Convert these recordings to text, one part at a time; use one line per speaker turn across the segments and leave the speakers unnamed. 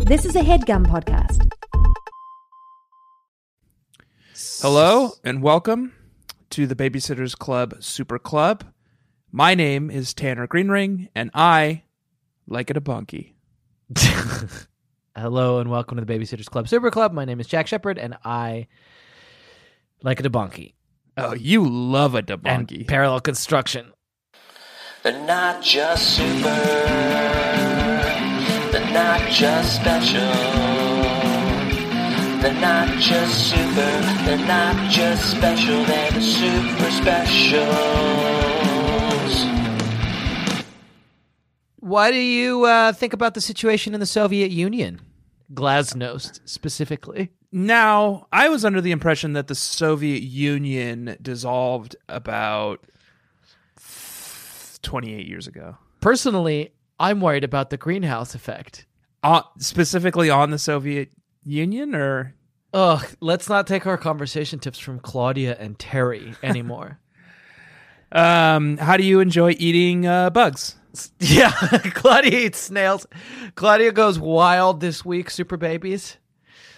This is a headgum podcast.
Hello and welcome to the Babysitters Club Super Club. My name is Tanner Greenring, and I like it a bunky.
Hello and welcome to the Babysitters Club Super Club. My name is Jack Shepard and I like a debonky
Oh, you love a debunky.
and parallel construction.
They're not just super. They're not just special. They're not just super. They're not just special. They're the super specials.
What do you uh, think about the situation in the Soviet Union? Glasnost specifically.
now, I was under the impression that the Soviet Union dissolved about 28 years ago.
Personally, I'm worried about the greenhouse effect.
Uh, specifically on the Soviet Union, or
Ugh, let's not take our conversation tips from Claudia and Terry anymore.
um, how do you enjoy eating uh, bugs?
yeah, Claudia eats snails. Claudia goes wild this week, Super Babies.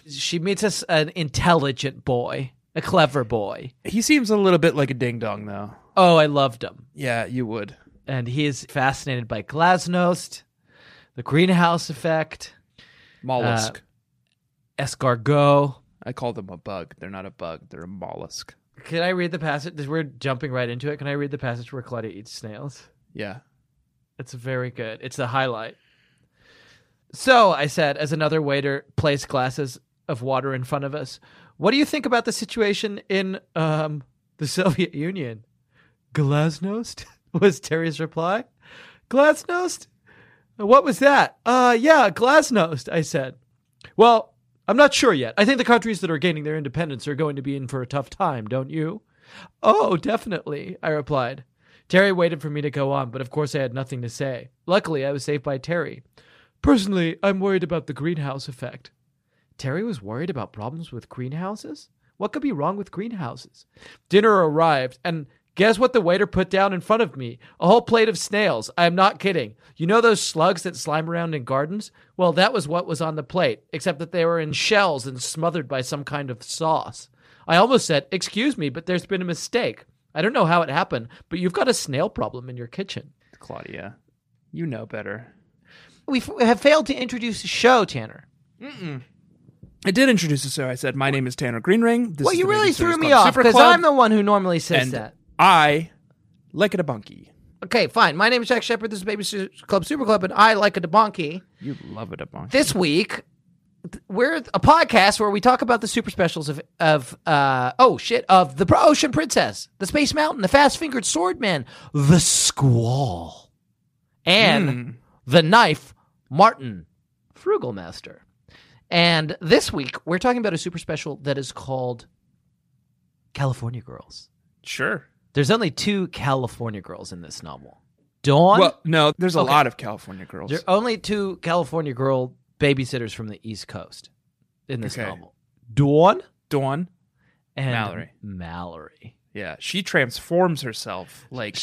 She meets us an intelligent boy, a clever boy.
He seems a little bit like a ding dong, though.
Oh, I loved him.
Yeah, you would.
And he is fascinated by glasnost, the greenhouse effect,
Mollusk.
escargot.
I call them a bug. They're not a bug. They're a mollusk.
Can I read the passage? We're jumping right into it. Can I read the passage where Claudia eats snails?
Yeah.
It's very good. It's the highlight. So I said, as another waiter placed glasses of water in front of us, what do you think about the situation in um, the Soviet Union? Glasnost was Terry's reply. Glasnost? What was that? Uh, yeah, glasnost, I said. Well, I'm not sure yet. I think the countries that are gaining their independence are going to be in for a tough time, don't you? Oh, definitely, I replied. Terry waited for me to go on, but of course I had nothing to say. Luckily, I was saved by Terry. Personally, I'm worried about the greenhouse effect. Terry was worried about problems with greenhouses? What could be wrong with greenhouses? Dinner arrived, and guess what the waiter put down in front of me? A whole plate of snails. I am not kidding. You know those slugs that slime around in gardens? Well, that was what was on the plate, except that they were in shells and smothered by some kind of sauce. I almost said, Excuse me, but there's been a mistake. I don't know how it happened, but you've got a snail problem in your kitchen.
Claudia, you know better.
We f- have failed to introduce the show, Tanner.
I did introduce you, sir. I said, My name is Tanner Greenring. This
Well,
is
you
the
really
Baby
threw
Sitters
me
Club
off
Super
because
Club,
I'm the one who normally says
and
that.
I like it a bunky.
Okay, fine. My name is Jack Shepard. This is Baby Su- Club Super Club, and I like a debonky.
You love it a bunky.
This week, th- we're a podcast where we talk about the super specials of of uh, oh shit of the Pro- Ocean Princess, the Space Mountain, the Fast Fingered Swordman, the Squall, and
Hmm.
the knife Martin Frugal Master. And this week, we're talking about a super special that is called California Girls.
Sure.
There's only two California girls in this novel. Dawn.
Well, no, there's a lot of California girls.
There are only two California girl babysitters from the East Coast in this
Okay.
novel Dawn
Dawn.
and
Mallory.
Mallory.
Yeah. She transforms herself like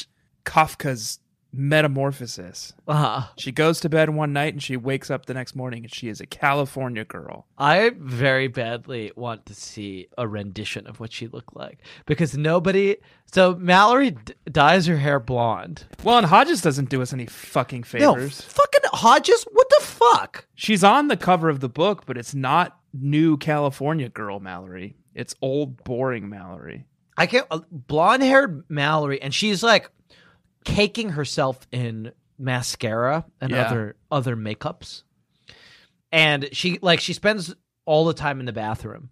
Kafka's metamorphosis.
Uh,
She goes to bed one night and she wakes up the next morning and she is a California girl.
I very badly want to see a rendition of what she looked like because nobody. So Mallory d- dyes her hair blonde.
Well, and Hodges doesn't do us any fucking
No,
favors.
fucking Hodges, what the fuck?
She's on the cover of the book, but it's not new California girl Mallory. It's old boring Mallory.
I can't. Uh, blonde haired Mallory, and she's like caking herself in mascara and
Yeah.
other other makeups, and she like she spends all the time in the bathroom,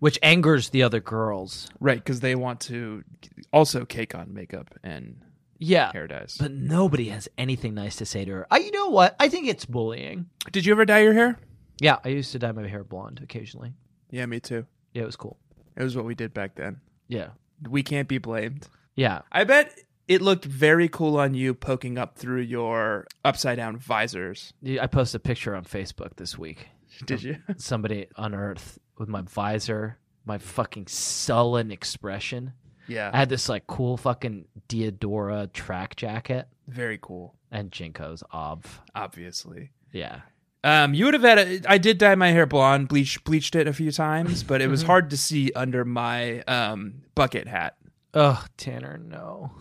which angers the other girls.
Right, because they want to also cake on makeup and
Yeah,
hair dyes.
but nobody has anything nice to say to her. I, you know what? I think it's bullying.
Did you ever dye your hair?
Yeah, I used to dye my hair blonde occasionally.
Yeah, me too.
Yeah, it was cool.
It was what we did back then.
Yeah,
We can't be blamed.
yeah.
I bet it looked very cool on you poking up through your upside down visors.
I posted a picture on Facebook this week.
Did you?
somebody on earth with my visor, my fucking sullen expression. I
yeah.
had this like cool fucking Diodora track jacket
Very cool,
and Jinko's ob.
obviously.
Yeah.
Um, you would have had. A, I did dye my hair blonde, bleach bleached it a few times, but it was hard to see under my um, bucket hat,
Oh, Tanner, no.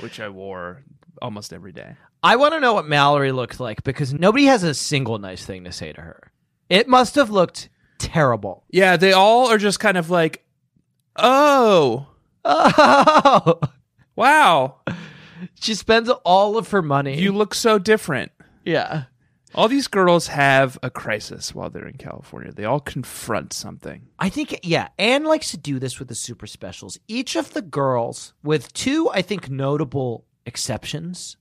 which I wore almost every day.
I want to know what Mallory looked like because nobody has a single nice thing to say to her. It must have looked terrible.
Yeah, they all are just kind of like, oh
Oh,
wow,
she spends all of her money.
you look so different.
yeah.
All these girls have a crisis while they're in California. They all confront something.
I think, yeah, Anne likes to do this with the super specials. Each of the girls, with two, I think, notable exceptions,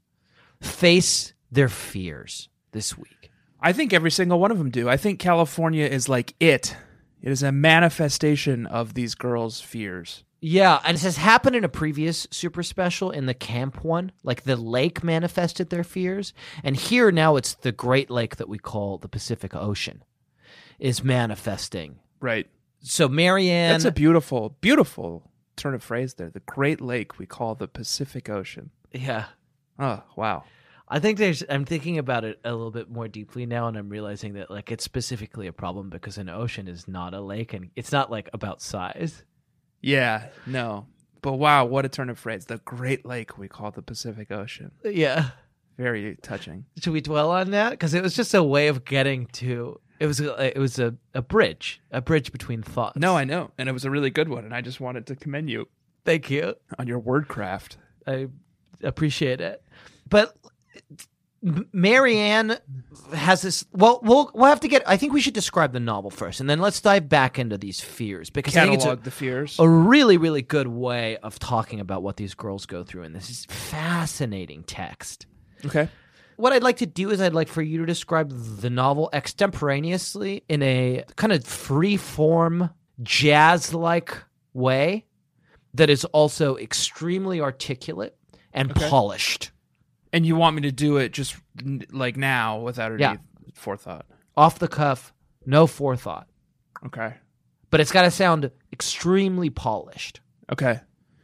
face their fears this week.
I think every single one of them do. I think California is like it. It is a manifestation of these girls' fears.
Yeah, and this has happened in a previous super special in the camp one. Like the lake manifested their fears, and here now it's the Great Lake that we call the Pacific Ocean is manifesting.
Right.
So Marianne,
That's a beautiful, beautiful turn of phrase there. The Great Lake we call the Pacific Ocean.
yeah,
Oh, wow.
I think there's. I'm thinking about it a little bit more deeply now, and I'm realizing that like it's specifically a problem because an ocean is not a lake, and it's not like about size.
Yeah, no. But wow, what a turn of phrase. The Great Lake we call the Pacific Ocean.
Yeah.
Very touching.
Should we dwell on that? Because it was just a way of getting to. It was a, it was a, a bridge, a bridge between thoughts.
No, I know. And it was a really good one. And I just wanted to commend you
thank you.
on your wordcraft.
I appreciate it, but M- Marianne has this. Well, we'll we'll have to get. I think we should describe the novel first, and then let's dive back into these fears because I think it's a,
Catalog the fears.
a really, really good way of talking about what these girls go through. And this is fascinating text.
Okay.
What I'd like to do is I'd like for you to describe the novel extemporaneously in a kind of free form, jazz like way that is also extremely articulate and
Okay.
polished.
And you want me to do it just n- like now without any
Yeah.
forethought.
Off the cuff, no forethought.
Okay.
But it's got to sound extremely polished.
Okay.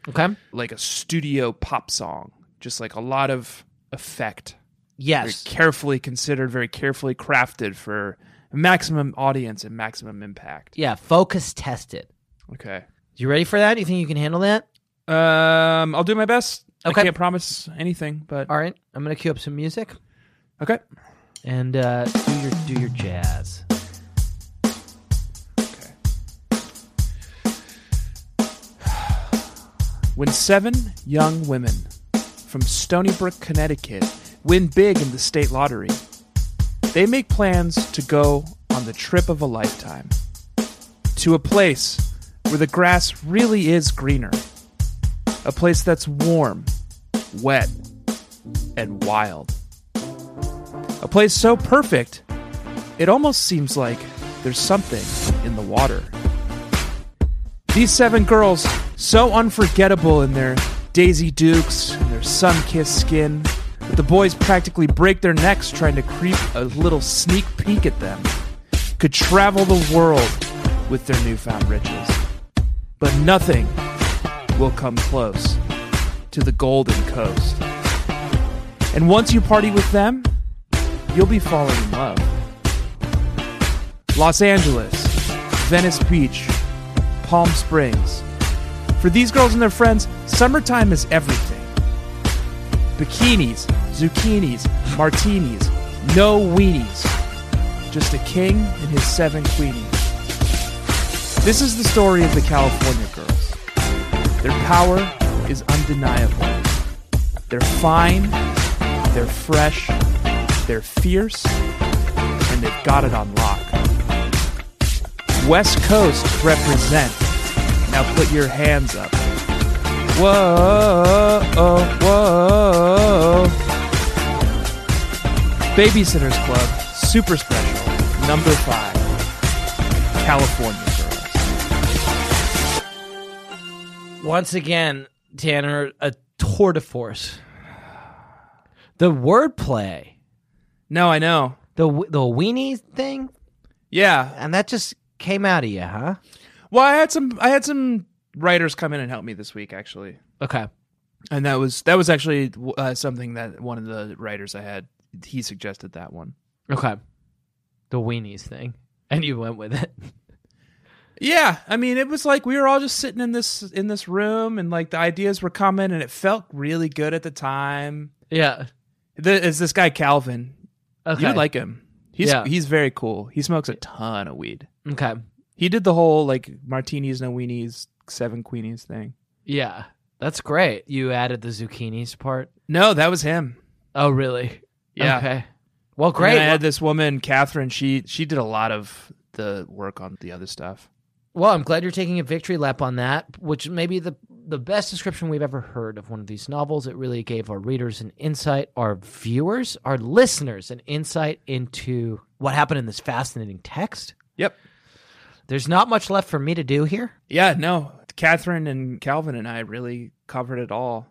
Okay?
Like a studio pop song, just like a lot of effect. Very
Yes.
carefully considered, very carefully crafted for maximum audience and maximum impact.
Yeah, focus tested.
Okay.
You ready for that? You think you can handle that?
Um, I'll do my best.
Okay.
I can't promise anything, but
All right, I'm gonna cue up some music
okay.
and uh, do your do your jazz.
Okay. When seven young women from Stony Brook, Connecticut win big in the state lottery, they make plans to go on the trip of a lifetime to a place where the grass really is greener, a place that's warm, wet, and wild. A place so perfect it almost seems like there's something in the water. These seven girls, so unforgettable in their Daisy Dukes and their sun kissed skin, that the boys practically break their necks trying to creep a little sneak peek at them, could travel the world with their newfound riches. But nothing will come close to the Golden Coast. And once you party with them, you'll be falling in love. Los Angeles, Venice Beach, Palm Springs. For these girls and their friends, summertime is everything. Bikinis, zucchinis, martinis, no weenies. Just a king and his seven queenies. This is the story of the California girls. Their power is undeniable. They're fine, they're fresh, they're fierce, and they've got it on lock. West Coast represent. Now put your hands up. Whoa, whoa. Babysitters Club, super special, number five. California girls.
Once again, Tanner, a tour de force. The wordplay,
No, I know.
the w- the weenie thing,
Yeah.
and that just came out of you, huh?
Well, I had some. I had some writers come in and help me this week, actually,
Okay.
and that was that was actually uh, something that one of the writers I had he suggested that one.
Okay. The weenies thing. And you went with it.
Yeah, I mean, it was like we were all just sitting in this in this room, and like the ideas were coming, and it felt really good at the time.
Yeah.
Th- Is this guy Calvin?
Okay.
You'd like him. He's
Yeah.
he's very cool. He smokes a ton of weed.
Okay.
He did the whole like martinis, no weenies, seven queenies thing.
Yeah. That's great. You added the zucchinis part.
No, that was him.
Oh, really?
Yeah.
Okay. Well,
Great.
great.
I had this woman, Catherine. She she did a lot of the work on the other stuff.
Well, I'm glad you're taking a victory lap on that, which may be the the best description we've ever heard of one of these novels. It really gave our readers an insight, our viewers, our listeners an insight into what happened in this fascinating text.
Yep.
There's not much left for me to do here,
Yeah. No, Catherine and Calvin and I really covered it all.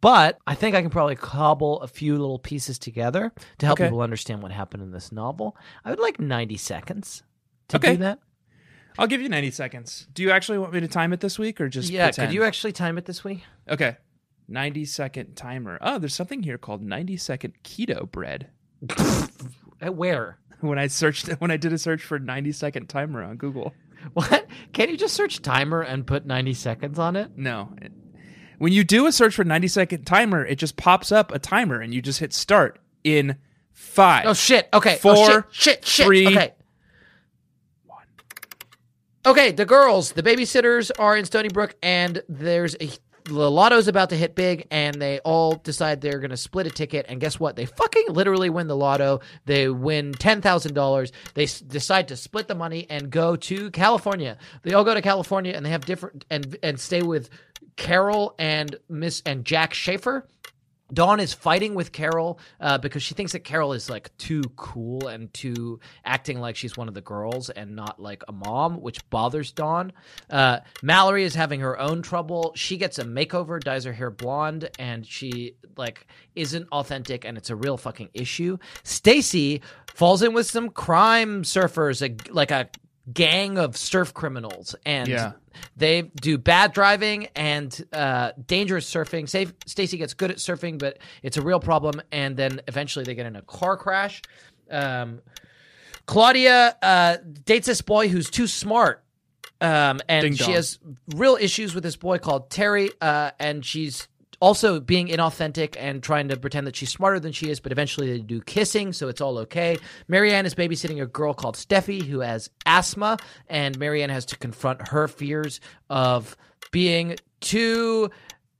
but I think I can probably cobble a few little pieces together to help
Okay.
people understand what happened in this novel. I would like 90 seconds to
Okay.
do that.
I'll give you ninety seconds. Do you actually want me to time it this week or just
yeah,
Pretend?
could you actually time it this week?
okay. 90 second timer. Oh, there's something here called 90 second keto bread.
At Uh, where?
When I searched, when I did a search for 90 second timer on Google,
What? Can't you just search timer and put 90 seconds on it?
No. When you do a search for 90 second timer, it just pops up a timer and you just hit start in five.
Oh shit. Okay. oh,
Four,
shit. Shit. Shit.
three,
okay. Okay. The girls, the babysitters, are in Stony Brook, and there's a the lotto's about to hit big, and they all decide they're gonna split a ticket. And guess what? They fucking literally win the lotto. They win ten thousand dollars. They s- decide to split the money and go to California. They all go to California, and they have different and and stay with Carol and Miss and Jack Schaefer. Dawn is fighting with Carol uh, because she thinks that Carol is like too cool and too acting like she's one of the girls and not like a mom, which bothers Dawn. Uh, Mallory is having her own trouble. She gets a makeover, dyes her hair blonde, and she like isn't authentic, and it's a real fucking issue. Stacy falls in with some crime surfers, a, like a gang of surf criminals, and
Yeah.
they do bad driving and uh, dangerous surfing. Safe Stacy gets good at surfing, but it's a real problem. And then eventually they get in a car crash. Um, Claudia uh, dates this boy who's too smart. Um, and
Ding
she
dong.
has real issues with this boy called Terry. Uh, and she's also being inauthentic and trying to pretend that she's smarter than she is. But eventually they do kissing, so it's all okay. Marianne is babysitting a girl called Steffi who has asthma. And Marianne has to confront her fears of being too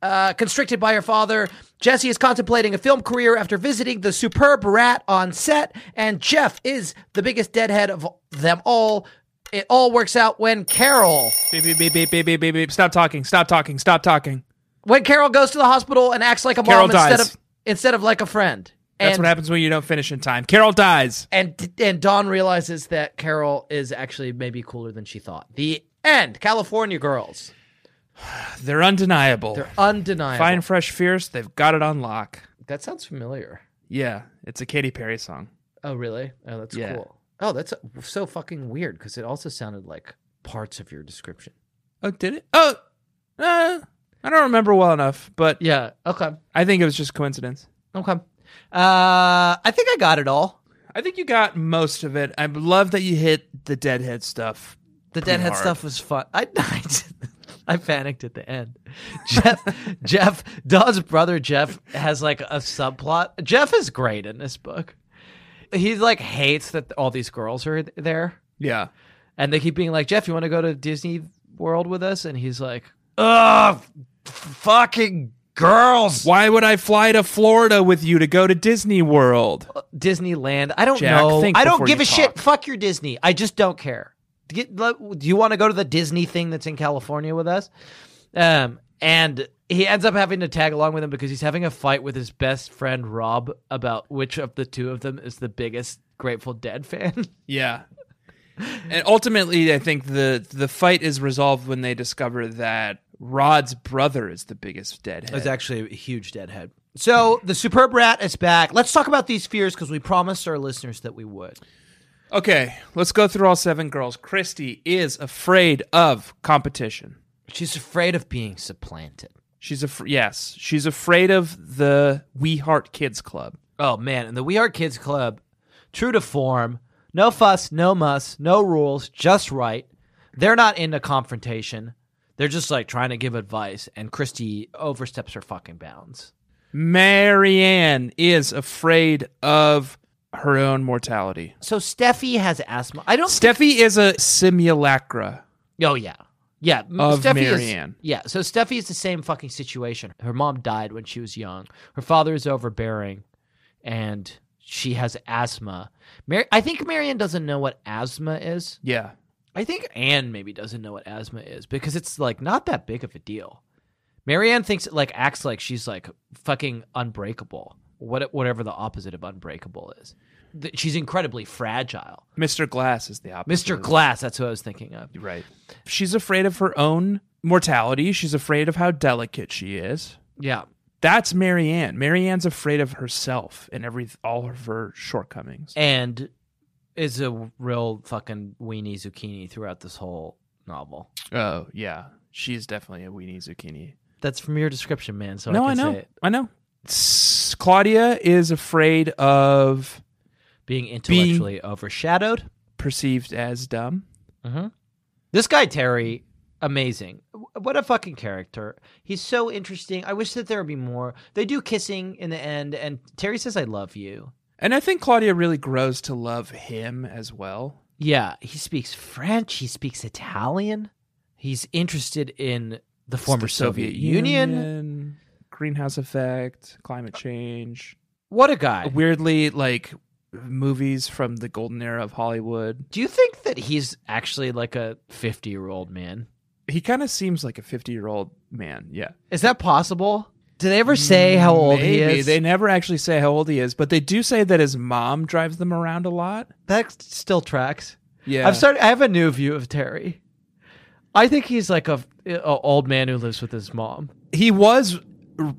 uh, constricted by her father. Jesse is contemplating a film career after visiting the superb rat on set, and Jeff is the biggest deadhead of them all. It all works out when Carol,
Beep, beep, beep, beep, beep, beep, beep, beep. Stop talking. Stop talking. Stop talking.
when Carol goes to the hospital and acts like a
Carol
mom instead
dies.
of instead of like a friend.
That's
and,
what happens when you don't finish in time. Carol dies.
And and Dawn realizes that Carol is actually maybe cooler than she thought. The end. California girls,
They're undeniable.
they're undeniable.
Fine, fresh, fierce. They've got it on lock.
That sounds familiar.
Yeah, it's a Katy Perry song.
Oh, really? Oh, that's
Yeah.
cool. Oh, that's so fucking weird because it also sounded like parts of your description.
Oh, did it? Oh, uh, I don't remember well enough, but
Yeah. Okay.
I think it was just coincidence.
Okay. Uh, I think I got it all.
I think you got most of it. I love that you hit the Deadhead stuff.
The
Pretty
deadhead
hard.
stuff was fun. I, I, I panicked at the end. Jeff, Jeff, Dawn's brother Jeff has like a subplot. Jeff is great in this book. He like hates that all these girls are there.
Yeah.
And they keep being like, Jeff, you want to go to Disney World with us? And he's like, ugh, f- fucking girls.
Why would I fly to Florida with you to go to Disney World?
Disneyland. I don't
Jack,
know.
think
I don't
before
give
you
a shit.
talk.
Fuck your Disney. I just don't care. Get- let- do you want to go to the Disney thing that's in California with us? Um, and he ends up having to tag along with him because he's having a fight with his best friend Rob about which of the two of them is the biggest Grateful Dead fan.
Yeah. And ultimately, I think the the fight is resolved when they discover that Rod's brother is the biggest deadhead.
It's actually a huge deadhead. So the superb rat is back. Let's talk about these fears because we promised our listeners that we would.
Okay, let's go through all seven girls. Christy is afraid of competition.
She's afraid of being supplanted.
She's af- yes, she's afraid of the We Heart Kids Club.
Oh man, and the We Are Kids Club, true to form, no fuss, no muss, no rules, just right. They're not into confrontation. They're just like trying to give advice, and Christy oversteps her fucking bounds.
Marianne is afraid of her own mortality.
So Steffi has asthma. I don't.
Steffi is a simulacra.
oh yeah, yeah. m-
Of
Steffi is-
Marianne.
yeah. So Steffi is the same fucking situation. Her mom died when she was young. Her father is overbearing, and she has asthma. Mar- I think Marianne doesn't know what asthma is.
Yeah.
I think Anne maybe doesn't know what asthma is because it's like not that big of a deal. Marianne thinks like acts like she's like fucking unbreakable. What whatever the opposite of unbreakable is. Th- She's incredibly fragile.
Mr. Glass is the opposite.
Mr.
of-
Glass, that's who I was thinking of.
Right. She's afraid of her own mortality. She's afraid of how delicate she is.
Yeah.
That's Marianne. Marianne's afraid of herself and every all of her shortcomings.
And is a real fucking weenie zucchini throughout this whole novel.
Oh, yeah. She's definitely a weenie zucchini.
That's from your description, man. So
no, I,
I can
know.
say it.
I know. S- Claudia is afraid of
Being intellectually overshadowed.
perceived as dumb.
This guy Terry, amazing. W- What a fucking character. He's so interesting. I wish that there would be more. They do kissing in the end, and Terry says, "I love you."
And I think Claudia really grows to love him as well.
Yeah, he speaks French. He speaks Italian. He's interested in the former
The
Soviet, Union.
Union, greenhouse effect, climate change.
What a guy.
Weirdly, like movies from the golden era of Hollywood.
Do you think that he's actually like a fifty-year-old man?
He kind of seems like a 50 year old man. Yeah.
Is that possible? Do they ever say how old he
Maybe.
is?
They never actually say how old he is, but they do say that his mom drives them around a lot.
that still tracks.
Yeah.
I've started. I have a new view of Terry. I think he's like a, a old man who lives with his mom.
he was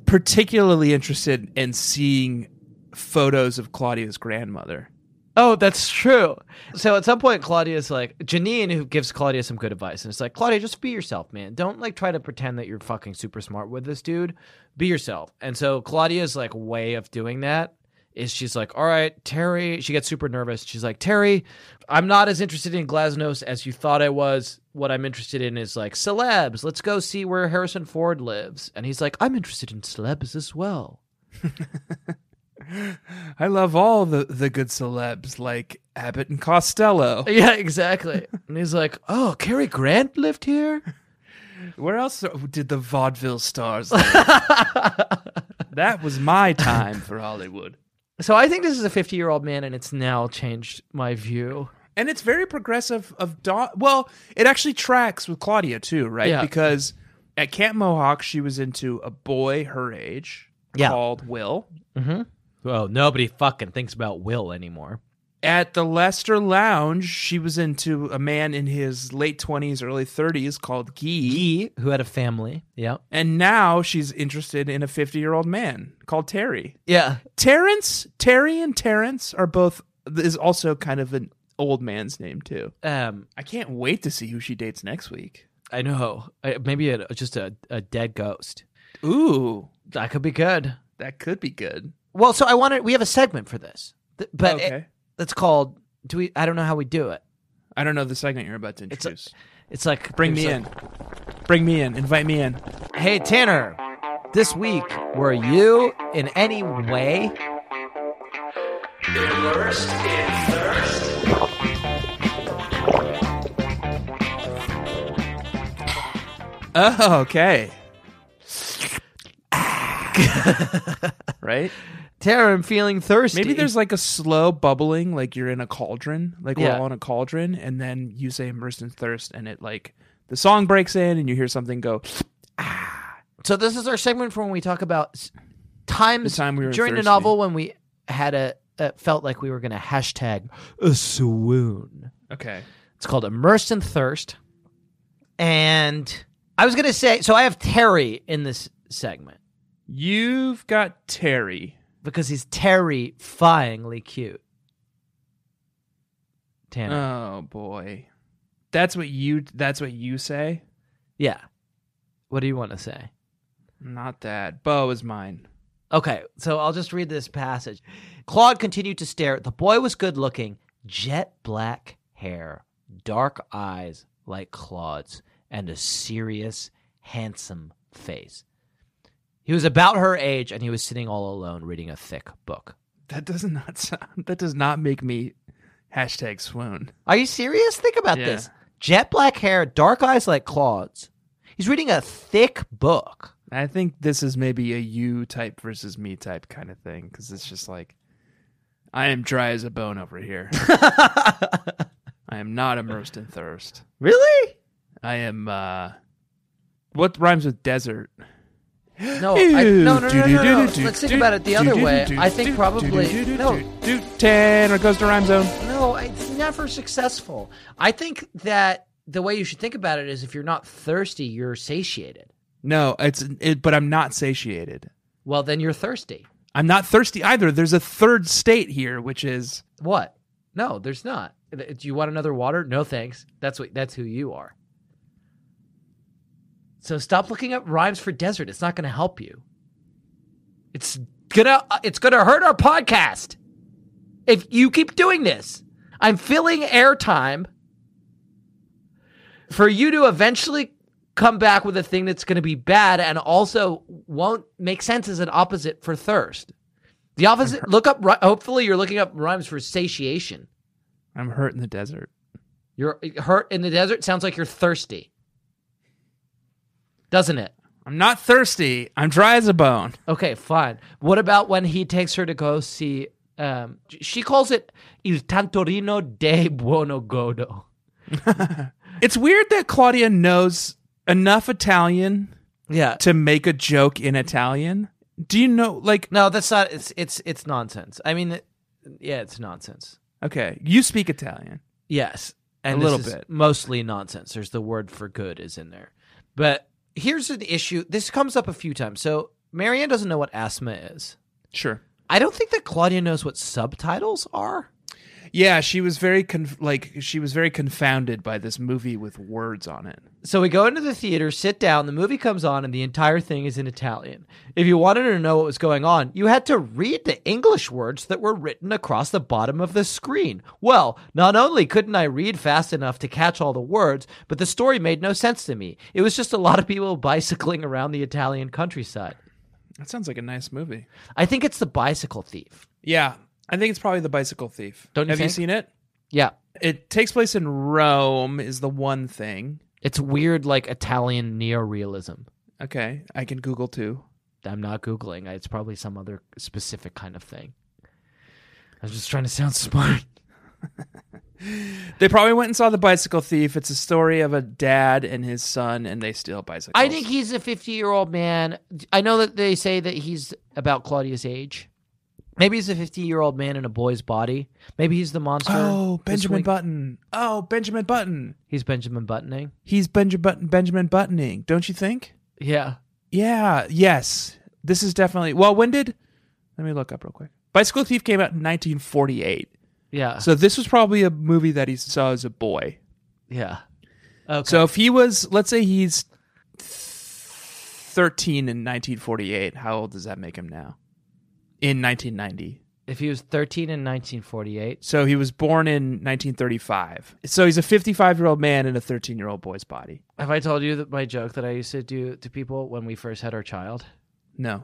particularly interested in seeing photos of Claudia's grandmother.
Oh, that's true. So at some point, Claudia's like Janine, who gives Claudia some good advice, and it's like Claudia, just be yourself, man. Don't like try to pretend that you're fucking super smart with this dude. Be yourself. And so Claudia's like way of doing that is she's like, all right, Terry. She gets super nervous. She's like, Terry, I'm not as interested in Glasnost as you thought I was. What I'm interested in is like celebs. Let's go see where Harrison Ford lives. And he's like, I'm interested in celebs as well.
I love all the, the good celebs like Abbott and Costello.
Yeah, exactly. and he's like, oh, Cary Grant lived here.
Where else did the vaudeville stars live? that was my time for Hollywood.
So I think this is a 50 year old man, and it's now changed my view.
And it's very progressive of Dawn. Well, it actually tracks with Claudia too, right?
Yeah.
Because at Camp Mohawk, she was into a boy her age
Yeah.
called Will.
Well, nobody fucking thinks about Will anymore.
At the Lester Lounge, she was into a man in his late 20s, early 30s called Guy.
He, who had a family. Yeah.
And now she's interested in a 50 year old man called Terry.
Yeah.
Terrence, Terry and Terrence are both, is also kind of an old man's name too.
Um,
I can't wait to see who she dates next week.
I know. I, maybe a, just a, a dead ghost.
Ooh,
That could be good.
that could be good.
Well, so I wanted, we have a segment for this, Th- but it-
Okay.
it's called, do we, I don't know how we do it.
I don't know the segment you're about to
It's a-
introduce.
It's like,
Bring
it's
me
like,
in. Bring me in. Invite me in.
Hey, Tanner, this week, were you in any way
Immersed in thirst.
Oh, okay. right?
Tanner, I'm feeling thirsty.
Maybe there's like a slow bubbling, like you're in a cauldron, like we're
Yeah.
all in a cauldron, and then you say immersed in thirst, and it like the song breaks in, and you hear something go.
So this is our segment for when we talk about s- times
The time we were
during the
thirsty.
novel when we had a, uh felt like we were going to hashtag a swoon.
Okay.
It's called immersed in thirst, and I was going to say so. I have Terry in this segment
You've got Terry.
because he's terrifyingly cute. Tanner,
Oh boy, that's what you. That's what you say.
yeah. What do you want to say?
Not that. Bo is mine.
Okay, so I'll just read this passage. Claude continued to stare. The boy was good looking, jet black hair, dark eyes like Claude's, and a serious, handsome face. He was about her age and he was sitting all alone reading a thick book.
That does not sound. That does not make me hashtag swoon.
Are you serious? Think about
Yeah.
this. Jet black hair, dark eyes like Claude's. He's reading a thick book.
I think this is maybe a you type versus me type kind of thing because it's just like, I am dry as a bone over here. I am not immersed in thirst.
Really?
I am. uh What rhymes with desert?
No, Oh, I, no, no, no, no, no, no. Let's think about it the other way. I think probably no,
Do Tanner goes to rhyme zone.
no. It's never successful. I think that the way you should think about it is if you're not thirsty, you're satiated.
No, it's it, but I'm not satiated.
Well, then you're thirsty.
I'm not thirsty either. There's a third state here, which is
What? No, there's not. Do you want another water? No, thanks. That's what. That's who you are. So stop looking up rhymes for desert. It's not going to help you. It's gonna. uh, It's gonna hurt our podcast if you keep doing this. I'm filling airtime for you to eventually come back with a thing that's going to be bad and also won't make sense as an opposite for thirst. The opposite. Look up. ri- Hopefully, you're looking up rhymes for satiation.
I'm hurt in the desert.
You're hurt in the desert. Sounds like you're thirsty, doesn't it?
I'm not thirsty. I'm dry as a bone.
Okay, fine. What about when he takes her to go see? Um, she calls it Il Tantorino de Buono Godo.
It's weird that Claudia knows enough Italian
Yeah.
to make a joke in Italian. Do you know like
No, that's not it's it's it's nonsense. I mean yeah, it's nonsense.
okay, you speak Italian.
Yes, and
A
this
little
is
bit.
mostly nonsense. There's the word for good is in there, but here's an issue. This comes up a few times. So Marianne doesn't know what asthma is.
Sure.
I don't think that Claudia knows what subtitles are.
Yeah, she was very conf- like she was very confounded by this movie with words on it.
So we go into the theater, sit down, the movie comes on, and the entire thing is in Italian. If you wanted to know what was going on, you had to read the English words that were written across the bottom of the screen. Well, not only couldn't I read fast enough to catch all the words, but the story made no sense to me. It was just a lot of people bicycling around the Italian countryside.
That sounds like a nice movie.
I think it's the bicycle thief.
Yeah, I think it's probably The Bicycle Thief.
Don't you
Have you
think?
seen it?
Yeah.
It takes place in Rome is the one thing.
It's weird, like Italian neorealism.
Okay, I can Google too.
I'm not googling. It's probably some other specific kind of thing. I was just trying to sound smart.
They probably went and saw The Bicycle Thief. It's a story of a dad and his son, and they steal bicycles.
I think he's a 50 year old man. I know that they say that he's about Claudia's age. Maybe he's a 50 year old man in a boy's body. Maybe he's the monster.
Oh,
this
Benjamin
week.
Button. Oh, Benjamin Button.
He's Benjamin Buttoning.
He's Benjamin Button. Benjamin Buttoning. Don't you think?
Yeah.
Yeah. Yes. This is definitely. Well, when did? Let me look up real quick. Bicycle Thief came out in 1948.
Yeah.
So this was probably a movie that he saw as a boy.
yeah. Okay.
So if he was, let's say he's 13 in 1948, how old does that make him now? In 1990.
if he was 13 in 1948,
So he was born in 1935. So he's a 55 year old man in a 13 year old boy's body.
have I told you that my joke that I used to do to people when we first had our child?
No.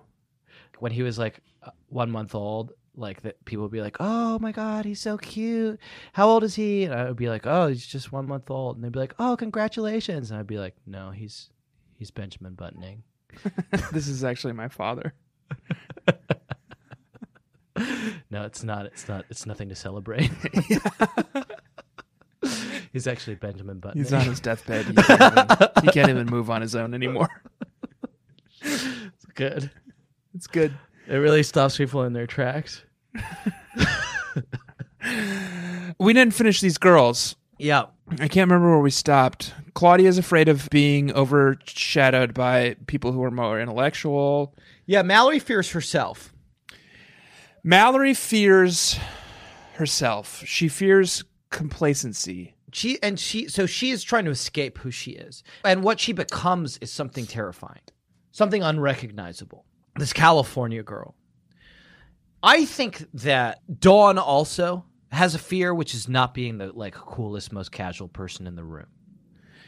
when he was like uh, one month old, like that people would be like, "Oh my god, he's so cute! How old is he?" And I would be like, "Oh, he's just one month old," and they'd be like, "Oh, congratulations!" And I'd be like, "No, he's he's Benjamin Buttoning."
this is actually my father.
No, it's not. It's not. It's nothing to celebrate. he's actually Benjamin Buttoning.
He's on his deathbed. He can't, even, he can't even move on his own anymore.
good.
It's good.
It really stops people in their tracks.
We didn't finish these girls.
Yeah.
I can't remember where we stopped. Claudia is afraid of being overshadowed by people who are more intellectual.
Yeah. Mallory fears herself.
Mallory fears herself. She fears complacency.
She and she so she is trying to escape who she is. And what she becomes is something terrifying. Something unrecognizable. This California girl. I think that Dawn also has a fear, which is not being the like coolest, most casual person in the room.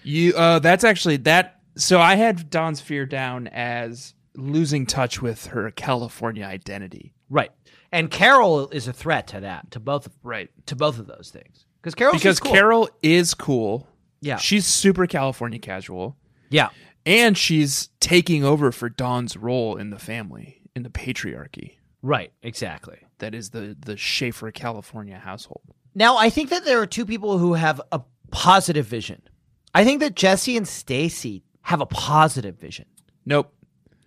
You uh that's actually that so I had Dawn's fear down as losing touch with her California identity.
Right. And Carol is a threat to that, to both
Right. Oh,
to both of those things. Because Carol
Because
cool.
Carol is cool.
Yeah.
She's super California casual
Yeah.
and she's taking over for Dawn's role in the family, in the patriarchy
Right, exactly.
that is the the Schaefer California household.
Now, I think that there are two people who have a positive vision. I think that Jesse and Stacy have a positive vision.
Nope,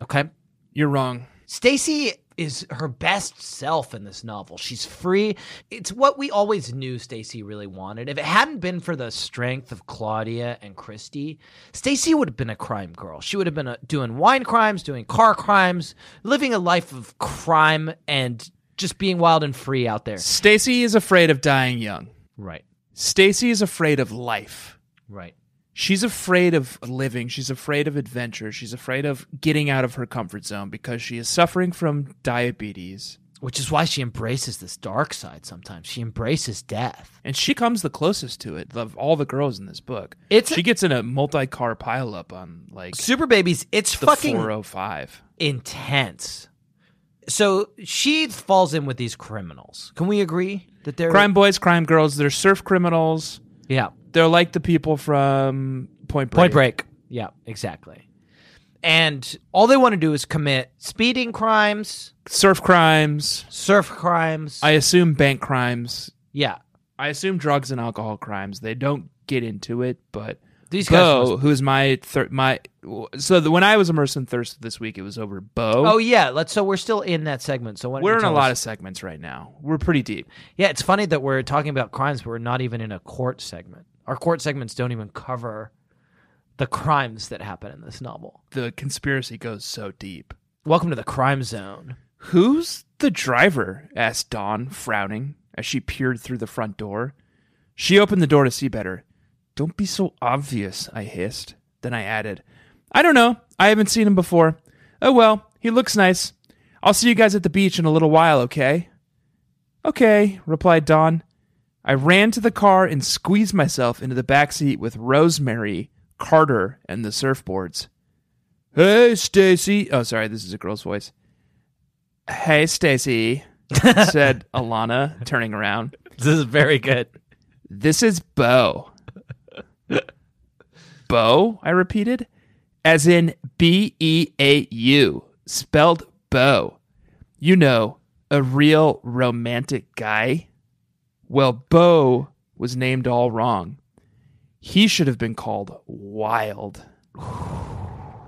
Okay.
you're wrong.
Stacy is her best self in this novel. She's free. It's what we always knew Stacy really wanted. If it hadn't been for the strength of Claudia and Christy, Stacy would have been a crime girl. She would have been uh doing wine crimes, doing car crimes, living a life of crime and just being wild and free out there.
Stacy is afraid of dying young.
Right.
Stacy is afraid of life.
Right.
She's afraid of living. She's afraid of adventure. She's afraid of getting out of her comfort zone because she is suffering from diabetes.
Which is why she embraces this dark side sometimes. She embraces death.
And she comes the closest to it of all the girls in this book.
It's-
she gets in a multi car pileup on like
Super babies, it's
the
fucking
405.
intense. So she falls in with these criminals. Can we agree that they're
Crime boys, crime girls, they're surf criminals.
Yeah,
They're like the people from Point Break.
Point Break. Yeah, exactly. And all they want to do is commit speeding crimes,
Surf crimes.
surf crimes.
I assume bank crimes.
yeah,
I assume drugs and alcohol crimes. They don't get into it, but
these guys.
Bo,
must-
who's my thir- my so the, when I was immersed in thirst this week, it was over Bo.
oh yeah, let's. So we're still in that segment. So why don't
we're
you
in a
tell
lot
us-
of segments right now. We're pretty deep.
Yeah, it's funny that we're talking about crimes, but we're not even in a court segment. Our court segments don't even cover the crimes that happen in this novel.
The conspiracy goes so deep.
Welcome to the crime zone.
Who's the driver? asked Dawn, frowning as she peered through the front door. She opened the door to see better. Don't be so obvious, I hissed. Then I added, I don't know. I haven't seen him before. Oh well, he looks nice. I'll see you guys at the beach in a little while, okay? Okay, replied Don. I ran to the car and squeezed myself into the back seat with Rosemary, Carter, and the surfboards. Hey, Stacy. Oh, sorry, this is a girl's voice. Hey, Stacy, said Alana, turning around.
This is very good.
This is Bo. Bo, I repeated, as in B E A U, spelled Bo. You know, a real romantic guy. Well, Bo was named all wrong. He should have been called Wild.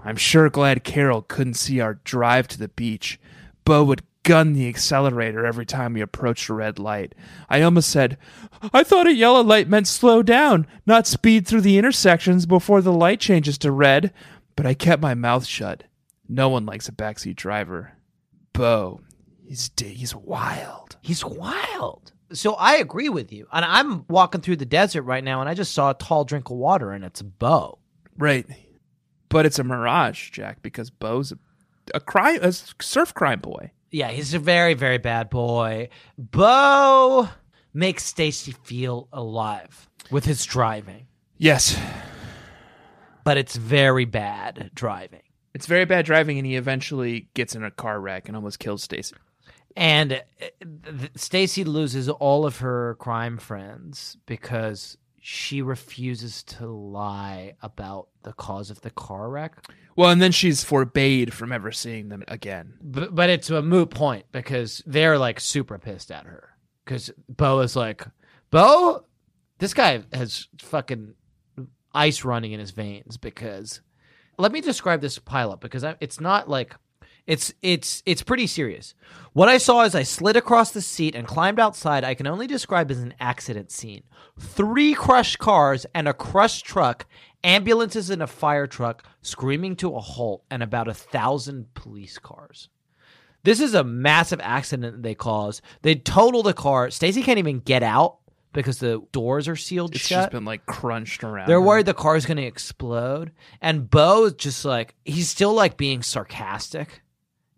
I'm sure glad Carol couldn't see our drive to the beach. Bo would gun the accelerator every time we approached a red light. I almost said, I thought a yellow light meant slow down, not speed through the intersections before the light changes to red, but I kept my mouth shut. No one likes a backseat driver. Bo, he's, d- he's wild.
He's wild. So I agree with you. And I'm walking through the desert right now and I just saw a tall drink of water and it's a bow.
Right. But it's a mirage, Jack, because Bo's a, a crime, a surf crime boy.
Yeah, he's a very, very bad boy. Bo makes Stacy feel alive with his driving,
Yes,
but it's very bad driving.
It's very bad driving, and he eventually gets in a car wreck and almost kills Stacy.
And uh, th- Stacy loses all of her crime friends because she refuses to lie about the cause of the car wreck.
Well, and then she's forbade from ever seeing them again.
but, but it's a moot point because they're like super pissed at her because Bo is like, Bo, this guy has fucking ice running in his veins because let me describe this pileup because I, it's not like it's it's it's pretty serious. What I saw as I slid across the seat and climbed outside, I can only describe as an accident scene. Three crushed cars and a crushed truck, ambulances and a fire truck screaming to a halt, and about a thousand police cars. This is a massive accident that they caused. They total the car. Stacy can't even get out because the doors are sealed
It's
shut.
just been like crunched around.
They're
her.
worried the car's going to explode. And Bo is just like, he's still like being sarcastic.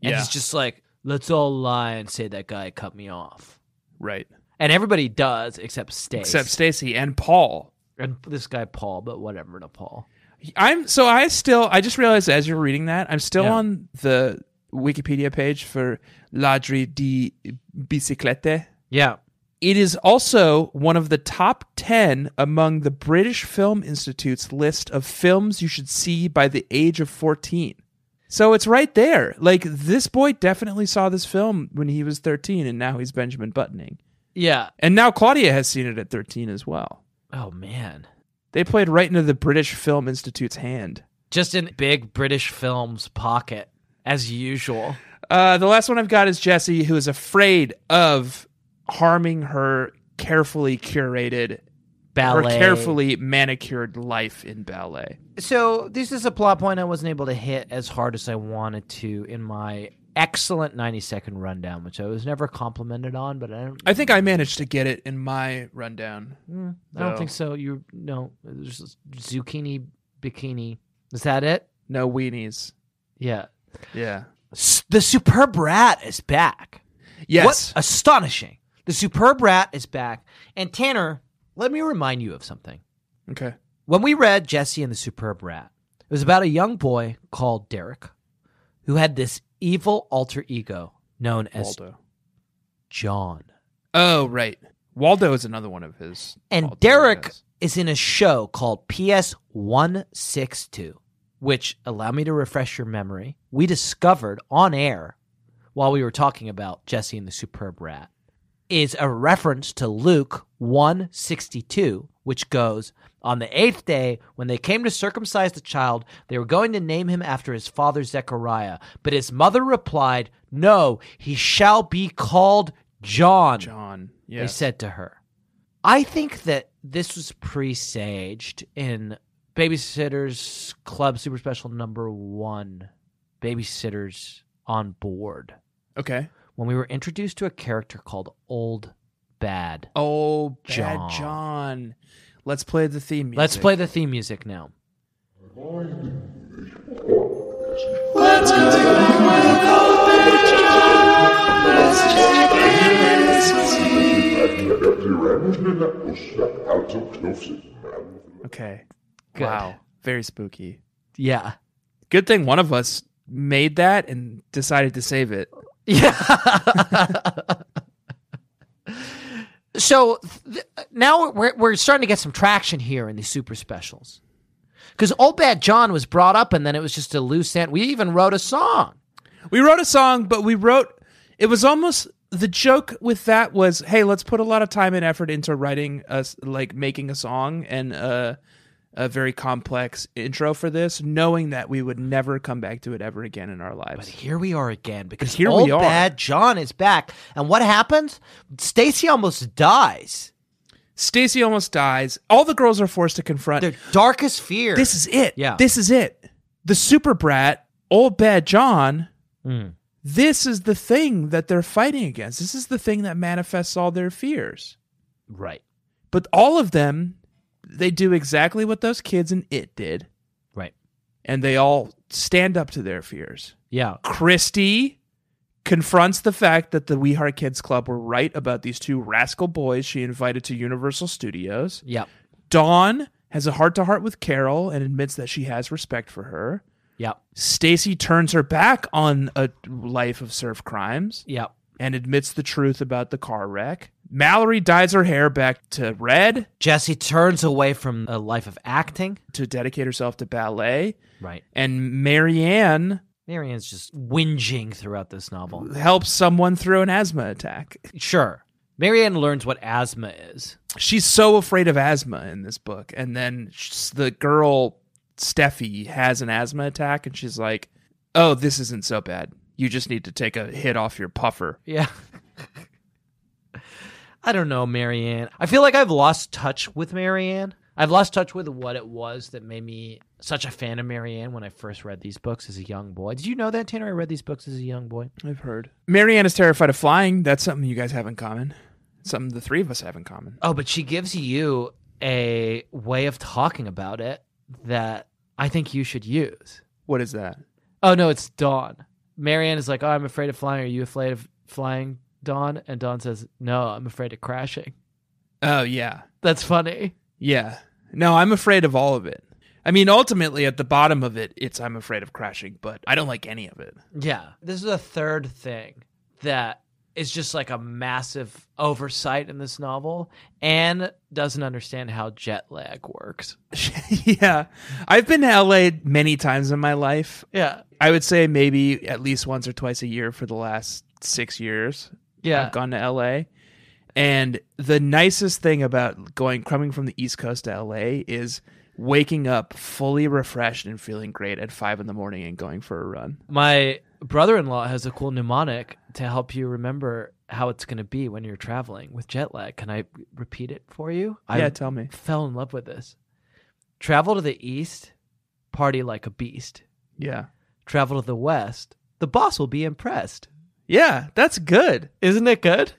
And
Yeah.
he's just like, let's all lie and say that guy cut me off.
Right.
And everybody does except Stace.
Except Stacy and Paul.
and this guy Paul, but whatever to Paul.
I'm so I still I just realized as you're reading that I'm still
Yeah.
on the Wikipedia page for Ladri di Biciclette.
Yeah.
It is also one of the top 10 among the British Film Institute's list of films you should see by the age of 14. So it's right there. Like this boy definitely saw this film when he was 13 and now he's Benjamin Buttoning.
Yeah.
And now Claudia has seen it at 13 as well.
Oh man.
They played right into the British Film Institute's hand.
Just in big British films pocket as usual.
Uh, the last one I've got is Jessie, who is afraid of harming her carefully curated or
Ballet.
carefully manicured life in ballet.
So this is a plot point I wasn't able to hit as hard as I wanted to in my excellent 90 second rundown, which I was never complimented on, but I don't
I think I managed to get it in my rundown.
Mm, I don't
No.
think so. You no, there's this zucchini bikini. Is that it?
No weenies.
Yeah.
Yeah.
S- the superb rat is back.
Yes.
What astonishing! The superb rat is back. And Tanner, let me remind you of something.
Okay.
When we read Jesse and the Superb Rat, it was about a young boy called Derek who had this evil alter ego known as
Waldo.
John.
Oh, right. Waldo is another one of his.
And
alter
Derek
egos.
is in a show called PS 162, which, allow me to refresh your memory, we discovered on air while we were talking about Jesse and the Superb Rat, is a reference to Luke 162, which goes, On the eighth day, when they came to circumcise the child, they were going to name him after his father Zechariah. But his mother replied, No, he shall be called John
John.
they
Yes.
said to her. I think that this was presaged in Babysitters Club Super Special number one, Babysitters on Board,
okay.
when we were introduced to a character called Old Bad.
Oh, Bad
John.
John. Let's play the theme music.
Let's play the theme music now.
Okay.
Good.
Wow. Very spooky.
Yeah.
Good thing one of us made that and decided to save it.
Yeah. so th- now we're, we're starting to get some traction here in these super specials. Because Old Bad John was brought up and then it was just a loose end. We even wrote a song.
We wrote a song, but we wrote it was almost the joke with that was, hey, let's put a lot of time and effort into writing us like making a song and uh a very complex intro for this, knowing that we would never come back to it ever again in our
But
lives.
here we are again because
here we
Old
are.
Bad John is back. And what happens? Stacy almost dies.
Stacy almost dies. All the girls are forced to confront.
Their darkest fear.
this is it.
Yeah.
This is it. The super brat, old bad John.
Mm.
This is the thing that they're fighting against. This is the thing that manifests all their fears.
right,
But all of them, they do exactly what those kids in It did,
right.
and they all stand up to their fears.
Yeah.
Christy confronts the fact that the We Heart Kids Club were right about these two rascal boys she invited to Universal Studios.
Yep.
Dawn has a heart to heart with Carol and admits that she has respect for her.
Yep.
Stacy turns her back on a life of surf crimes
Yep.
and admits the truth about the car wreck. Mallory dyes her hair back to red
Jesse turns away from a life of acting.
to dedicate herself to ballet.
Right.
And Marianne
Marianne's just whinging throughout this novel.
helps someone through an asthma attack.
Sure. Marianne learns what asthma is.
She's so afraid of asthma in this book. And then sh- the girl, Steffi, has an asthma attack and she's like, oh, this isn't so bad. You just need to take a hit off your puffer.
Yeah. I don't know, Marianne. I feel like I've lost touch with Marianne. I've lost touch with what it was that made me such a fan of Marianne when I first read these books as a young boy. Did you know that, Tanner? I read these books as a young boy.
I've heard. Marianne is terrified of flying. That's something you guys have in common. Something the three of us have in common.
Oh, but she gives you a way of talking about it that I think you should use.
What is that?
Oh, no, it's Dawn. Marianne is like, "Oh, I'm afraid of flying. Are you afraid of flying, Dawn?" And Dawn says, "No, I'm afraid of crashing."
Oh yeah.
That's funny.
Yeah. No, I'm afraid of all of it. I mean, ultimately, at the bottom of it, it's I'm afraid of crashing, but I don't like any of it.
Yeah. This is a third thing that is just like a massive oversight in this novel. Anne doesn't understand how jet lag works.
yeah. I've been to LA many times in my life.
Yeah.
I would say maybe at least once or twice a year for the last six years.
Yeah.
I've gone to LA. And the nicest thing about going coming from the East Coast to LA is waking up fully refreshed and feeling great at five in the morning and going for a run.
My brother in law has a cool mnemonic to help you remember how it's going to be when you're traveling with jet lag. Can I repeat it for you?
yeah,
I
tell me.
fell in love with this. Travel to the east, party like a beast.
Yeah.
Travel to the west, the boss will be impressed.
Yeah, that's good.
Isn't it good?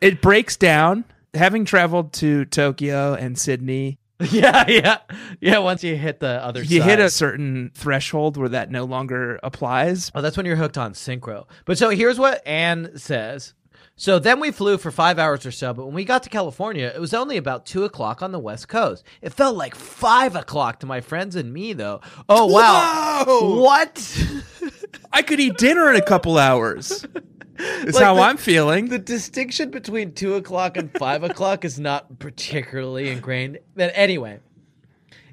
It breaks down. Having traveled to Tokyo and Sydney,
yeah, yeah. Yeah, once you hit the other
you
side.
hit a certain threshold where that no longer applies.
Oh, that's when you're hooked on synchro. But so here's what Anne says. So then we flew for five hours or so, but when we got to California, it was only about two o'clock on the West Coast. It felt like five o'clock to my friends and me, though. Oh, wow.
Whoa!
What?
I could eat dinner in a couple hours. That's how
the-
I'm feeling.
the distinction between two o'clock and five o'clock is not particularly ingrained. But anyway.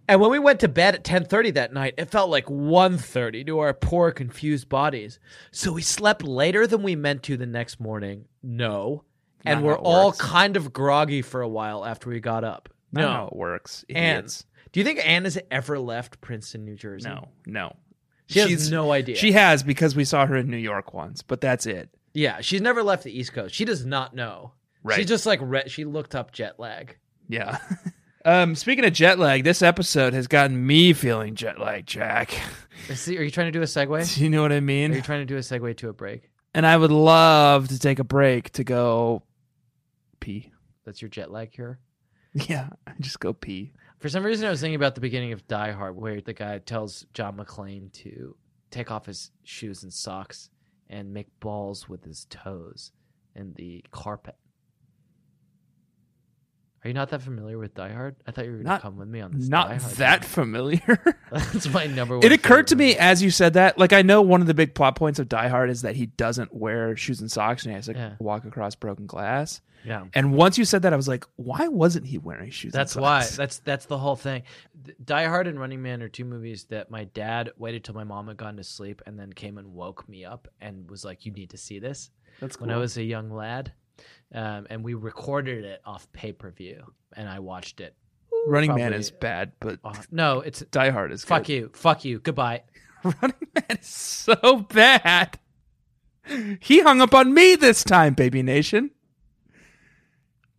And when we went to bed at 10:30 that night, it felt like 1:30 to our poor confused bodies. So we slept later than we meant to the next morning. No. And
Not
we're
how it
all
works.
kind of groggy for a while after we got up.
Not
No.
how it works.
Anne.
Idiots.
Do you think Anne has ever left Princeton, New Jersey?
No, no.
She has no idea.
She has because we saw her in New York once, but that's it.
Yeah, she's never left the East Coast. She does not know. She
Right.
just like re- she looked up jet lag.
Yeah. um, speaking of jet lag, this episode has gotten me feeling jet lag, Jack.
Is the- are you trying to do a segue?
Do you know what I
Are you
mean?
trying to do a segue to a break?
And I would love to take a break to go pee.
That's your jet lag cure?
Yeah, just go pee.
For some reason, I was thinking about the beginning of Die Hard, where the guy tells John McClane to take off his shoes and socks and make balls with his toes in the carpet. Are you not that familiar with Die Hard? I thought you were going to
Not-
come with me on this. Die
Not
Hard
that
thing.
familiar.
That's my number one.
It occurred to
favorite
me
movie.
as you said that, like I know one of the big plot points of Die Hard is that he doesn't wear shoes and socks and he has to
Yeah.
walk across broken glass.
Yeah.
And once you said that, I was like, why wasn't he wearing shoes?
That's
and
why.
socks?
That's that's the whole thing. Th- Die Hard and Running Man are two movies that my dad waited till my mom had gone to sleep and then came and woke me up and was like, "You need to see this."
That's
when I was a young lad, um, and we recorded it off pay per view, and I watched it.
Running Man
probably-
is bad, but
Off. No, it's
Die Hard is
fuck
good.
you, fuck you, goodbye.
Running Man is so bad. He hung up on me this time, baby nation.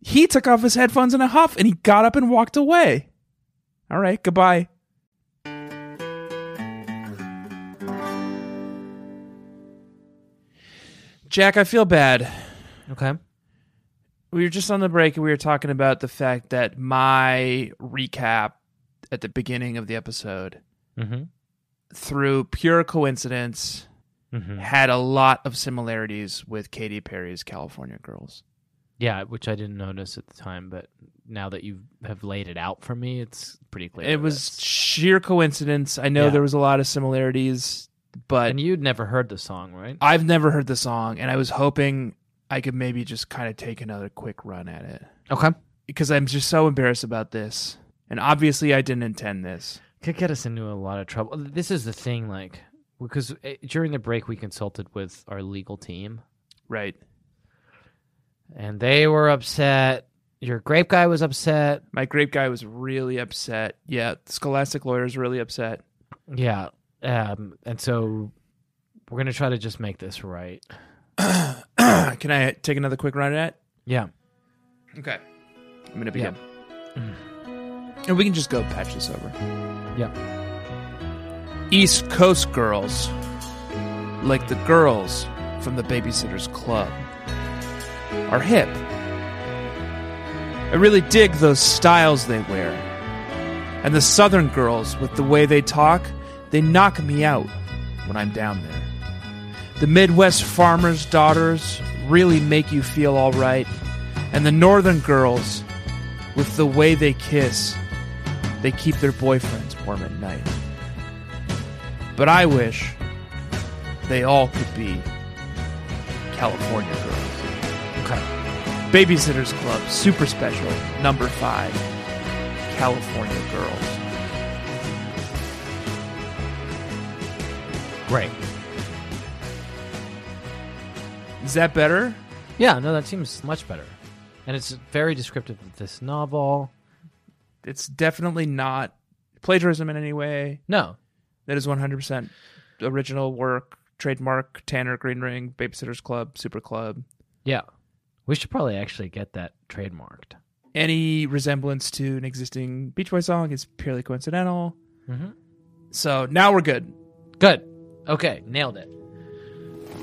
He took off his headphones in a huff and he got up and walked away. All right, goodbye. Jack, I feel bad.
Okay,
We were just on the break and we were talking about the fact that my recap at the beginning of the episode,
mm-hmm.
through pure coincidence,
Mm-hmm.
had a lot of similarities with Katy Perry's California Girls.
yeah, which I didn't notice at the time, but now that you have laid it out for me, it's pretty clear.
It
that
was
it's-
sheer coincidence. I know
Yeah.
there was a lot of similarities, but
and you'd never heard the song, right?
I've never heard the song, and I was hoping I could maybe just kind of take another quick run at it
Okay,
because I'm just so embarrassed about this. And obviously, I didn't intend this.
could get us into a lot of trouble. This is the thing, like because eh, during the break we consulted with our legal team,
Right.
and they were upset. Your grape guy was upset.
My grape guy was really upset. Yeah, Scholastic lawyer's really upset.
Yeah. Um, and so we're going to try to just make this right.
Can I take another quick run at
Yeah.
it? Okay. I'm going to
Yeah. Mm.
begin. And we can just go patch this over.
Yeah.
East Coast girls, like the girls from the Babysitter's Club, are hip. I really dig those styles they wear. And the Southern girls, with the way they talk, they knock me out when I'm down there. The Midwest farmers' daughters really make you feel all right. And the northern girls, with the way they kiss, they keep their boyfriends warm at night. But I wish they all could be California girls.
Okay.
Babysitters Club, super special, number five, California girls.
Great.
Is that better?
Yeah, no, that seems much better. And it's very descriptive of this novel.
It's definitely not plagiarism in any way.
No.
That is 100% original work, trademark, Tanner Green Ring, Babysitters Club, Super Club.
Yeah. We should probably actually get that trademarked.
Any resemblance to an existing Beach Boy song is purely coincidental.
Mhm.
So now we're good.
Good. Okay, nailed it.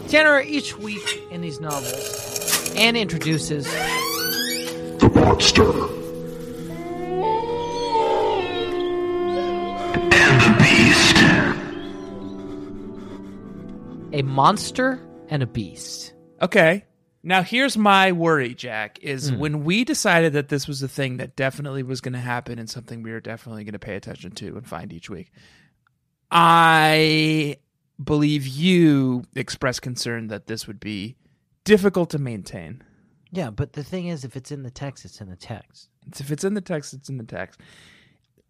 Tanner each week in these novels and introduces
the monster, and the beast,
a monster and a beast.
Okay. Now here's my worry, Jack, is when we decided that this was a thing that definitely was going to happen and something we were definitely going to pay attention to and find each week. I believe you expressed concern that this would be difficult to maintain.
Yeah, but the thing is, if it's in the text, it's in the text.
It's- if it's in the text, it's in the text.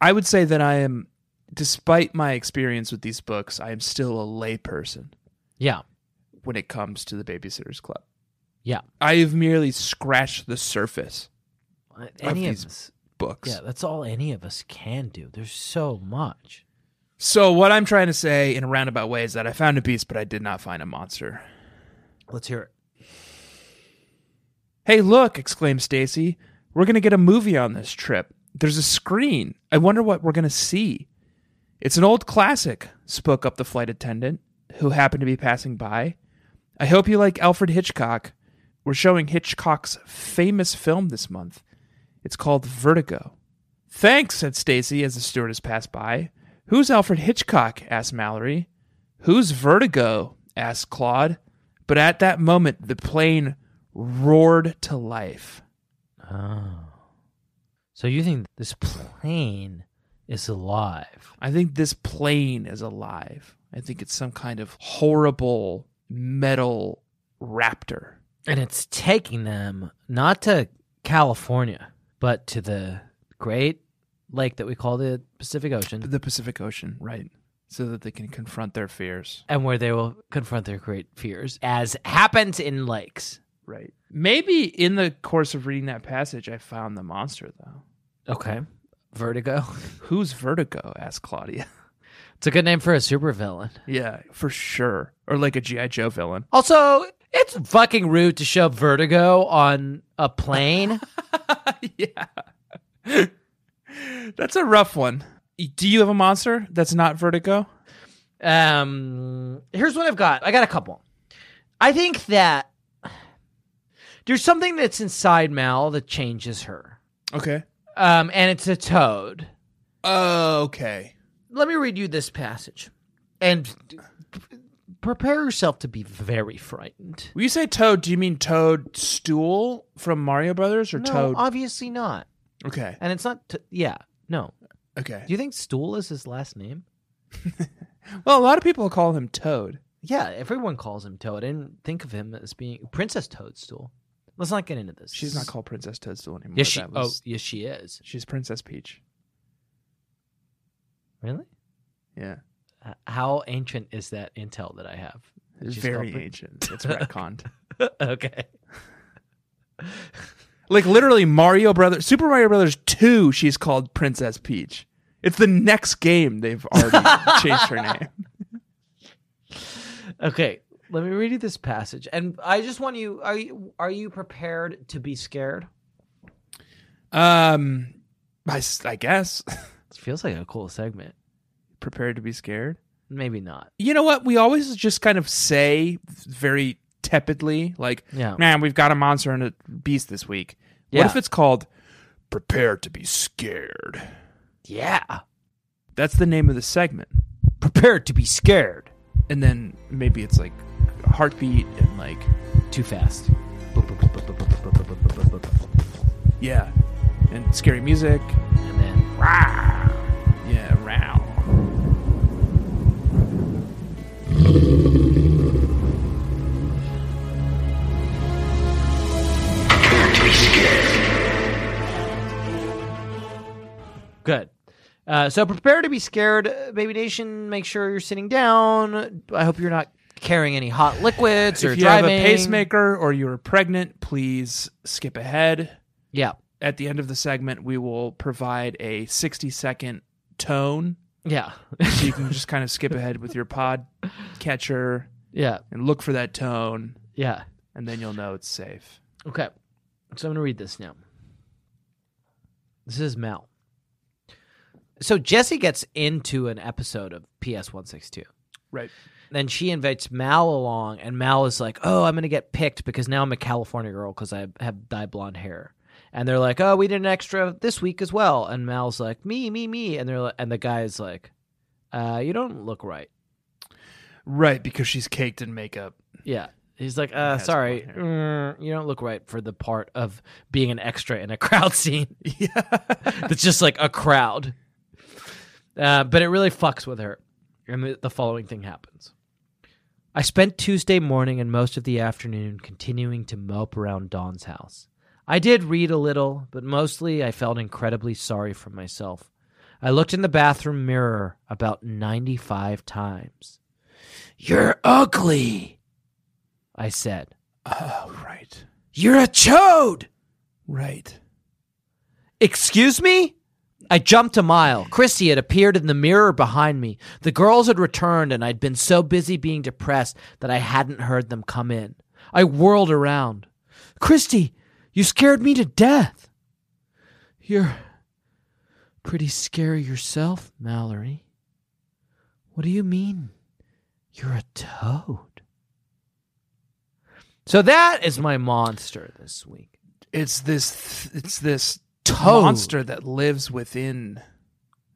I would say that I am despite my experience with these books, I am still a layperson
Yeah,
when it comes to the babysitters club.
yeah.
I have merely scratched the surface
Uh, Any of
these
us.
books.
Yeah, that's all any of us can do. There's so much.
So what I'm trying to say in a roundabout way is that I found a beast, but I did not find a monster.
Let's hear it.
Hey, look! exclaimed Stacy. We're gonna get a movie on this trip. There's a screen. I wonder what we're gonna see. It's an old classic, spoke up the flight attendant, who happened to be passing by. I hope you like Alfred Hitchcock. We're showing Hitchcock's famous film this month. It's called Vertigo. Thanks, said Stacy as the stewardess passed by. Who's Alfred Hitchcock? asked Mallory. Who's Vertigo? asked Claude. But at that moment, the plane roared to life.
Oh. So you think this plane is alive?
I think this plane is alive. I think it's some kind of horrible metal raptor.
And it's taking them not to California, but to the great lake that we call the Pacific Ocean,
The Pacific Ocean, right? So that they can confront their fears.
and where they will confront their great fears, as happens in lakes.
Right. Maybe in the course of reading that passage, I found the monster, though.
Okay. Vertigo.
Who's Vertigo? asked Claudia.
It's a good name for a supervillain.
yeah, for sure. Or like a G.I. Joe villain.
Also, it's fucking rude to show vertigo on a plane.
yeah. That's a rough one. Do you have a monster that's not Vertigo?
Um, here's what I've got. I got a couple. I think that there's something that's inside Mal that changes her.
Okay.
Um, and it's a toad.
Okay.
Let me read you this passage, and p- prepare yourself to be very frightened.
When you say toad, do you mean toad stool from Mario Brothers or
no,
toad?
obviously not.
okay.
And it's not. T- yeah, no.
Okay.
Do you think Stool is his last name?
well, a lot of people call him toad.
Yeah, everyone calls him Toad. I didn't think of him as being Princess Toadstool. Let's not get into this.
She's not called Princess Toadstool anymore.
Yes, she.
That
Oh,
was-
yes, she is.
She's Princess Peach.
Really?
Yeah.
Uh, how ancient is that intel that I have?
It's
She's
very
called Prin-
ancient. It's retconned.
okay.
like literally Mario Brothers, Super Mario Brothers 2, she's called Princess Peach. It's the next game they've already changed her name.
Okay. Let me read you this passage, and I just want you are you are you prepared to be scared?
Um, I, s- I guess.
It feels like a cool segment.
Prepared to be scared.
Maybe not.
You know what? We always just kind of say very tepidly, like,
Yeah.
man, we've got a monster and a beast this week.
Yeah.
What if it's called Prepare to be Scared?
Yeah.
That's the name of the segment.
Prepared to be scared.
And then maybe it's like heartbeat and like
Too fast.
yeah, and scary music.
And then
Yeah, row.
Good. Uh, so prepare to be scared, uh, Baby Nation. Make sure you're sitting down. I hope you're not carrying any hot liquids or
If you
driving.
have a pacemaker or you're pregnant, please skip ahead.
Yeah.
At the end of the segment, we will provide a 60 second tone
Yeah.
so you can just kind of skip ahead with your pod catcher
yeah.
and look for that tone,
Yeah.
and then you'll know it's safe.
Okay. So I'm going to read this now. This is Mel. So Jesse gets into an episode of PS 162.
Right.
Then she invites Mal along, and Mal is like, Oh, I'm going to get picked because now I'm a California girl because I have dye blonde hair. And they're like, Oh, we did an extra this week as well. And Mal's like, Me, me, me. And they're like, and the guy is like, uh, You don't look right.
Right, because she's caked in makeup.
Yeah. He's like, uh,
has
sorry,
blonde
mm, you don't look right for the part of being an extra in a crowd scene.
Yeah.
That's just like a crowd. Uh, but it really fucks with her. And the, the following thing happens. I spent Tuesday morning and most of the afternoon continuing to mope around Dawn's house. I did read a little, but mostly I felt incredibly sorry for myself. I looked in the bathroom mirror about 95 times. You're ugly, I said.
Oh, right.
You're a chode!
Right.
Excuse me? I jumped a mile. Chrissy had appeared in the mirror behind me. The girls had returned, and I'd been so busy being depressed that I hadn't heard them come in. I whirled around. Christy, you scared me to death. You're pretty scary yourself, Mallory. What do you mean? You're a toad. So that is my monster this week.
It's this. Th- it's this
Toad.
monster that lives within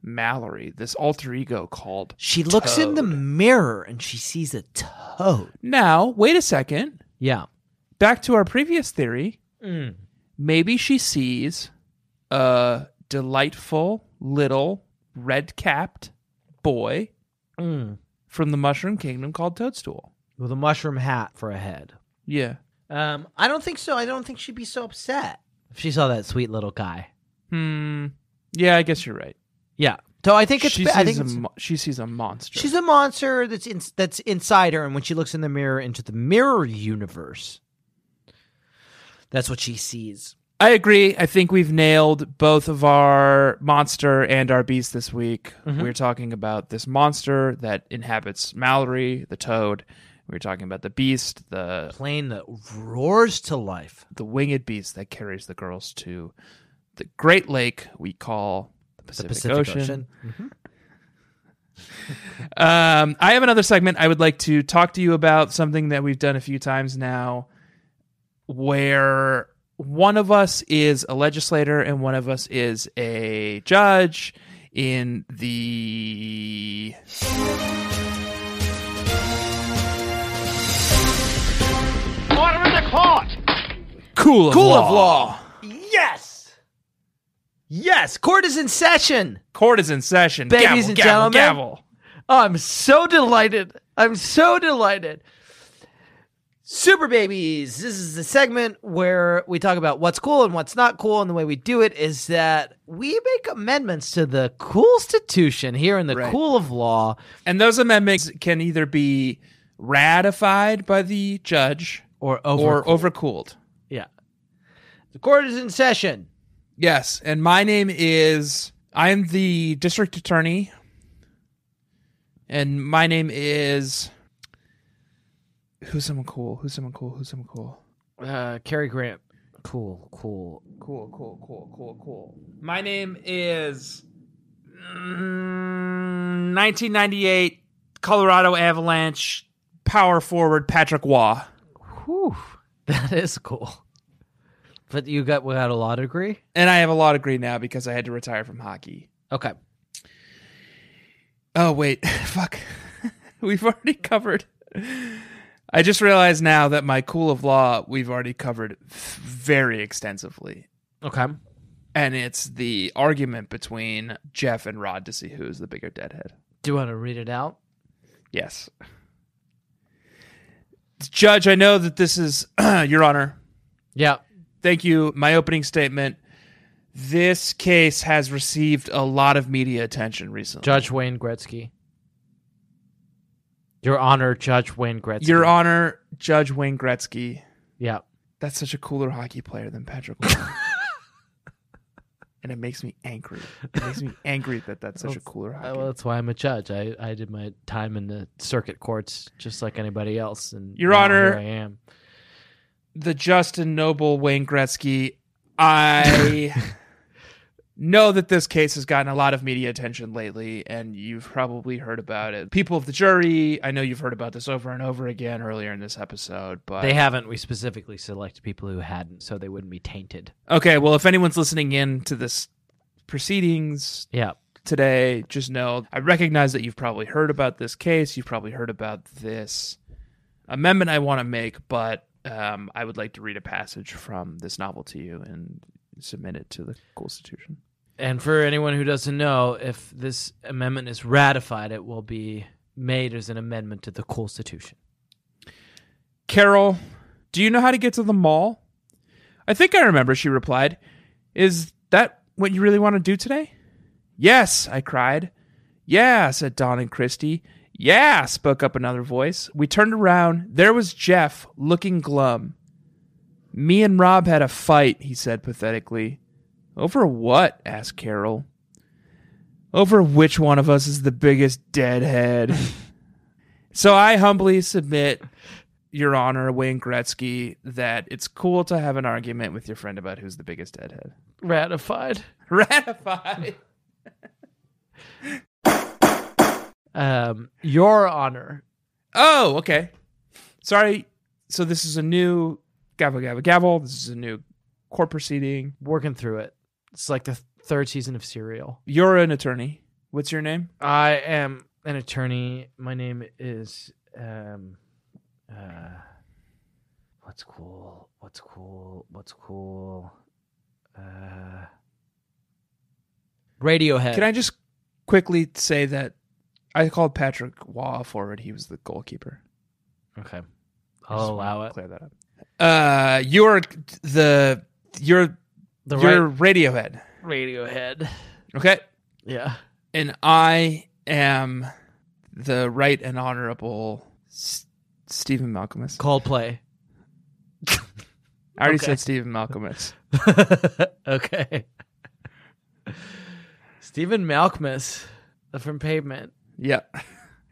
Mallory. This alter ego called.
She looks in the
Toad.
mirror and she sees a toad.
Now, wait a second.
Yeah.
Back to our previous theory.
Mm,
Maybe she sees a delightful little red-capped boy
mm.
from the Mushroom Kingdom called Toadstool.
With a mushroom hat for a head.
Yeah.
Um, I don't think so. I don't think she'd be so upset if she saw that sweet little guy.
Hmm. Yeah, I guess you're right.
Yeah. So I think it's.
She sees,
I think
a,
it's-
mo- she sees a monster.
she's a monster that's in, that's inside her, and when she looks in the mirror into the mirror universe, that's what she sees.
I agree. I think we've nailed both of our monster and our beast this week.
Mm-hmm.
We're talking about this monster that inhabits Mallory, the toad. We're talking about the beast, the
Plane that roars to life.
the winged beast that carries the girls to the great lake we call the Pacific, Ocean. Um, I have another segment I would like to talk to you about something that we've done a few times now, where one of us is a legislator and one of us is a judge in the
Order in the court!
cool of,
Cool
law.
of law. Yes. Yes. Court is in session.
Court is in session.
Ladies
gavel,
and
gavel,
gentlemen.
gavel.
I'm so delighted. I'm so delighted. Super Babies. This is the segment where we talk about what's cool and what's not cool. And the way we do it is that we make amendments to the Constitution here in the
Right.
Cool of Law.
And those amendments can either be ratified by the judge
Or
or overcooled.
yeah. The court is in session.
Yes, and my name is I'm the district attorney, and my name is who's someone cool? Who's someone cool? Who's someone cool?
Uh, Cary Grant. Cool, cool.
Cool, cool, cool, cool, cool. My name is mm, 1998 Colorado Avalanche power forward Patrick Waugh.
Whew. That is cool. But you got without a law degree?
And I have a law degree now because I had to retire from hockey.
Okay.
Oh wait, fuck. We've already covered. I just realized now that my cool of law we've already covered very extensively.
Okay.
And it's the argument between Jeff and Rod to see who is the bigger deadhead.
Do you want to read it out?
Yes. Judge, I know that this is Your Honor.
Yeah.
Thank you. My opening statement. This case has received a lot of media attention recently.
Judge Wayne Gretzky. Your Honor, Judge Wayne Gretzky.
Your Honor, Judge Wayne Gretzky.
Yeah.
That's such a cooler hockey player than Patrick Mahomes. and it makes me angry. It makes me angry that that's such a cooler hockey.
Uh, Well, that's why I'm a judge. I, I did my time in the circuit courts just like anybody else. And
Your
now
Honor-
here I am.
the Justin Noble Wayne Gretzky. I know that this case has gotten a lot of media attention lately, and you've probably heard about it. People of the jury, I know you've heard about this over and over again earlier in this episode, but
They haven't. We specifically select people who hadn't, so they wouldn't be tainted.
okay. Well, if anyone's listening in to this proceedings,
Yeah.
today. Just know I recognize that you've probably heard about this case. You've probably heard about this amendment I want to make, but um, I would like to read a passage from this novel to you and submit it to the Constitution.
And for anyone who doesn't know, if this amendment is ratified, it will be made as an amendment to the Constitution.
Carol, do you know how to get to the mall? I think I remember, she replied. Is that what you really want to do today? Yes, I cried. Yeah, said Don and Christy. Yeah, spoke up another voice. We turned around. There was Jeff, looking glum. Me and Rob had a fight, he said pathetically. Over what? asked Carol. Over which one of us is the biggest deadhead. so I humbly submit your Honor, Wayne Gretzky, that it's cool to have an argument with your friend about who's the biggest deadhead.
Ratified.
Ratify.
Um, Your Honor.
Oh, okay. Sorry. So this is a new gavel, gavel, gavel. This is a new court proceeding.
Working through it. It's like the third season of Serial.
You're an attorney. What's your name?
I am an attorney. My name is um uh what's cool? What's cool? What's cool? Uh Radiohead.
Can I just quickly say that I called Patrick Waugh forward. He was the goalkeeper.
Okay.
I just
I'll allow
wanna
it.
Clear that up. Uh, you're the you're
The
you're Radiohead.
Radiohead.
Okay.
Yeah.
and I am the right and honorable S- Stephen Malcolmus.
Coldplay.
I already
okay.
said Stephen Malcolmus.
okay. Stephen Malkmus from Pavement
Yeah,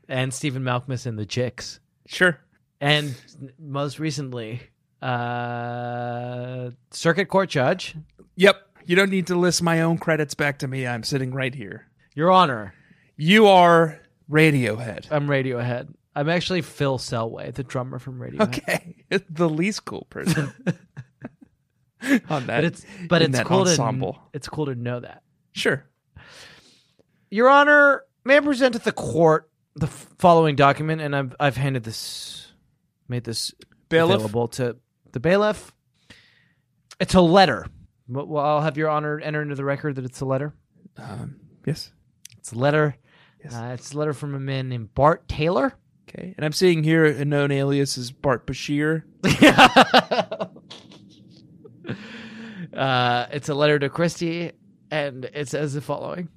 and Stephen Malkmus and the Chicks.
sure.
and most recently uh circuit court judge
Yep. You don't need to list my own credits back to me. I'm sitting right here.
your honor
You are Radiohead.
i'm radiohead i'm actually phil selway the drummer from radiohead
Okay, the least cool person. On that,
but it's but
in
it's
that
cool to
ensemble.
it's cool to know that
Sure.
your honor may i present to the court the f- following document and i've i've handed this made this
Bailiff?
available to the bailiff it's a letter well well, i'll have your honor enter into the record that it's a letter
Um, yes.
It's a letter.
Yes.
Uh, it's a letter from a man named Bart Taylor.
Okay. And I'm seeing here a known alias is Bart Bashir.
uh, it's a letter to Christie, and it says the following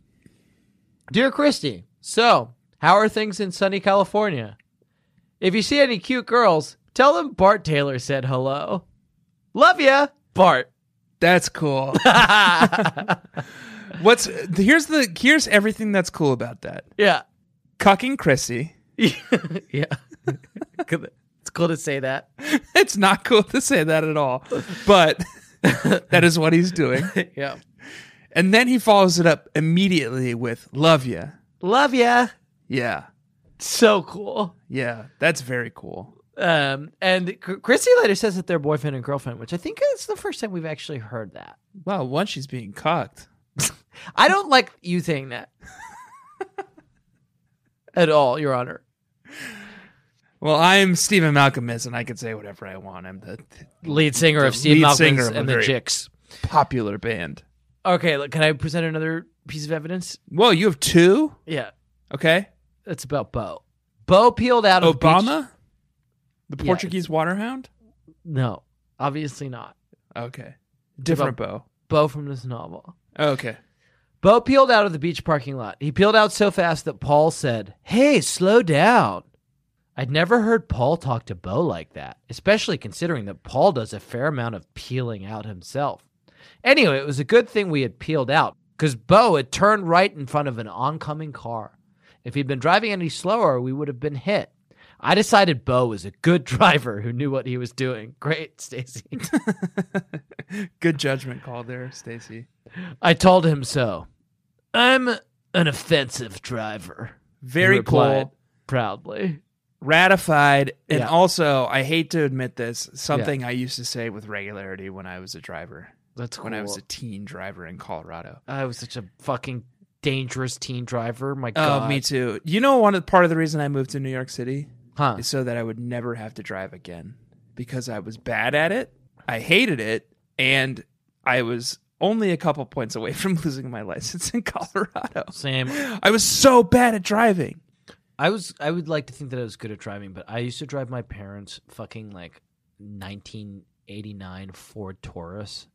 Dear Christie, so how are things in sunny California? If you see any cute girls, tell them Bart Taylor said hello. Love ya, Bart.
That's cool. What's here's the here's everything that's cool about that.
Yeah.
Cucking Chrissy.
yeah. it's cool to say that.
It's not cool to say that at all, but that is what he's doing.
Yeah.
And then he follows it up immediately with "Love ya."
Love ya.
Yeah,
So cool.
yeah, that's very cool.
Um, and Chr- Chrissy later says that they're boyfriend and girlfriend, which I think is the first time we've actually heard that.
Wow, once she's being cocked.
I don't like you saying that at all, Your Honor.
Well, I'm Stephen Malcolmis, and I can say whatever I want. I'm the
Lead singer of
The
Steve
lead
Malcolm's
singer of a
and the
very-
Jicks.
popular band.
Okay, look, can I present another piece of evidence?
Whoa, you have two?
Yeah,
Okay.
it's about Bo. Bo peeled out of Beach-
Obama? The
Yeah,
Portuguese waterhound?
No, obviously not.
Okay. Different bow.
Bo from this novel.
Okay.
Bo peeled out of the beach parking lot. He peeled out so fast that Paul said, Hey, slow down. I'd never heard Paul talk to Bo like that, especially considering that Paul does a fair amount of peeling out himself. Anyway, it was a good thing we had peeled out because Bo had turned right in front of an oncoming car. If he'd been driving any slower, we would have been hit. I decided Bo was a good driver who knew what he was doing. Great, Stacy.
Good judgment call there, Stacy.
I told him so. I'm an offensive driver.
Very
replied
cool.
Proudly.
Ratified. And
Yeah.
also, I hate to admit this, something I used to say with regularity when I was a driver,
That's cool.
when I was a teen driver in Colorado.
such a fucking dangerous teen driver. My
Oh,
God.
me too. You know, one of, part of the reason I moved to New York City?
Huh.
is so that I would never have to drive again because I was bad at it. I hated it. And I was only a couple points away from losing my license in Colorado.
Same.
I was so bad at driving.
I was. I would like to think that I was good at driving, but I used to drive my parents' fucking like 1989 Ford Taurus,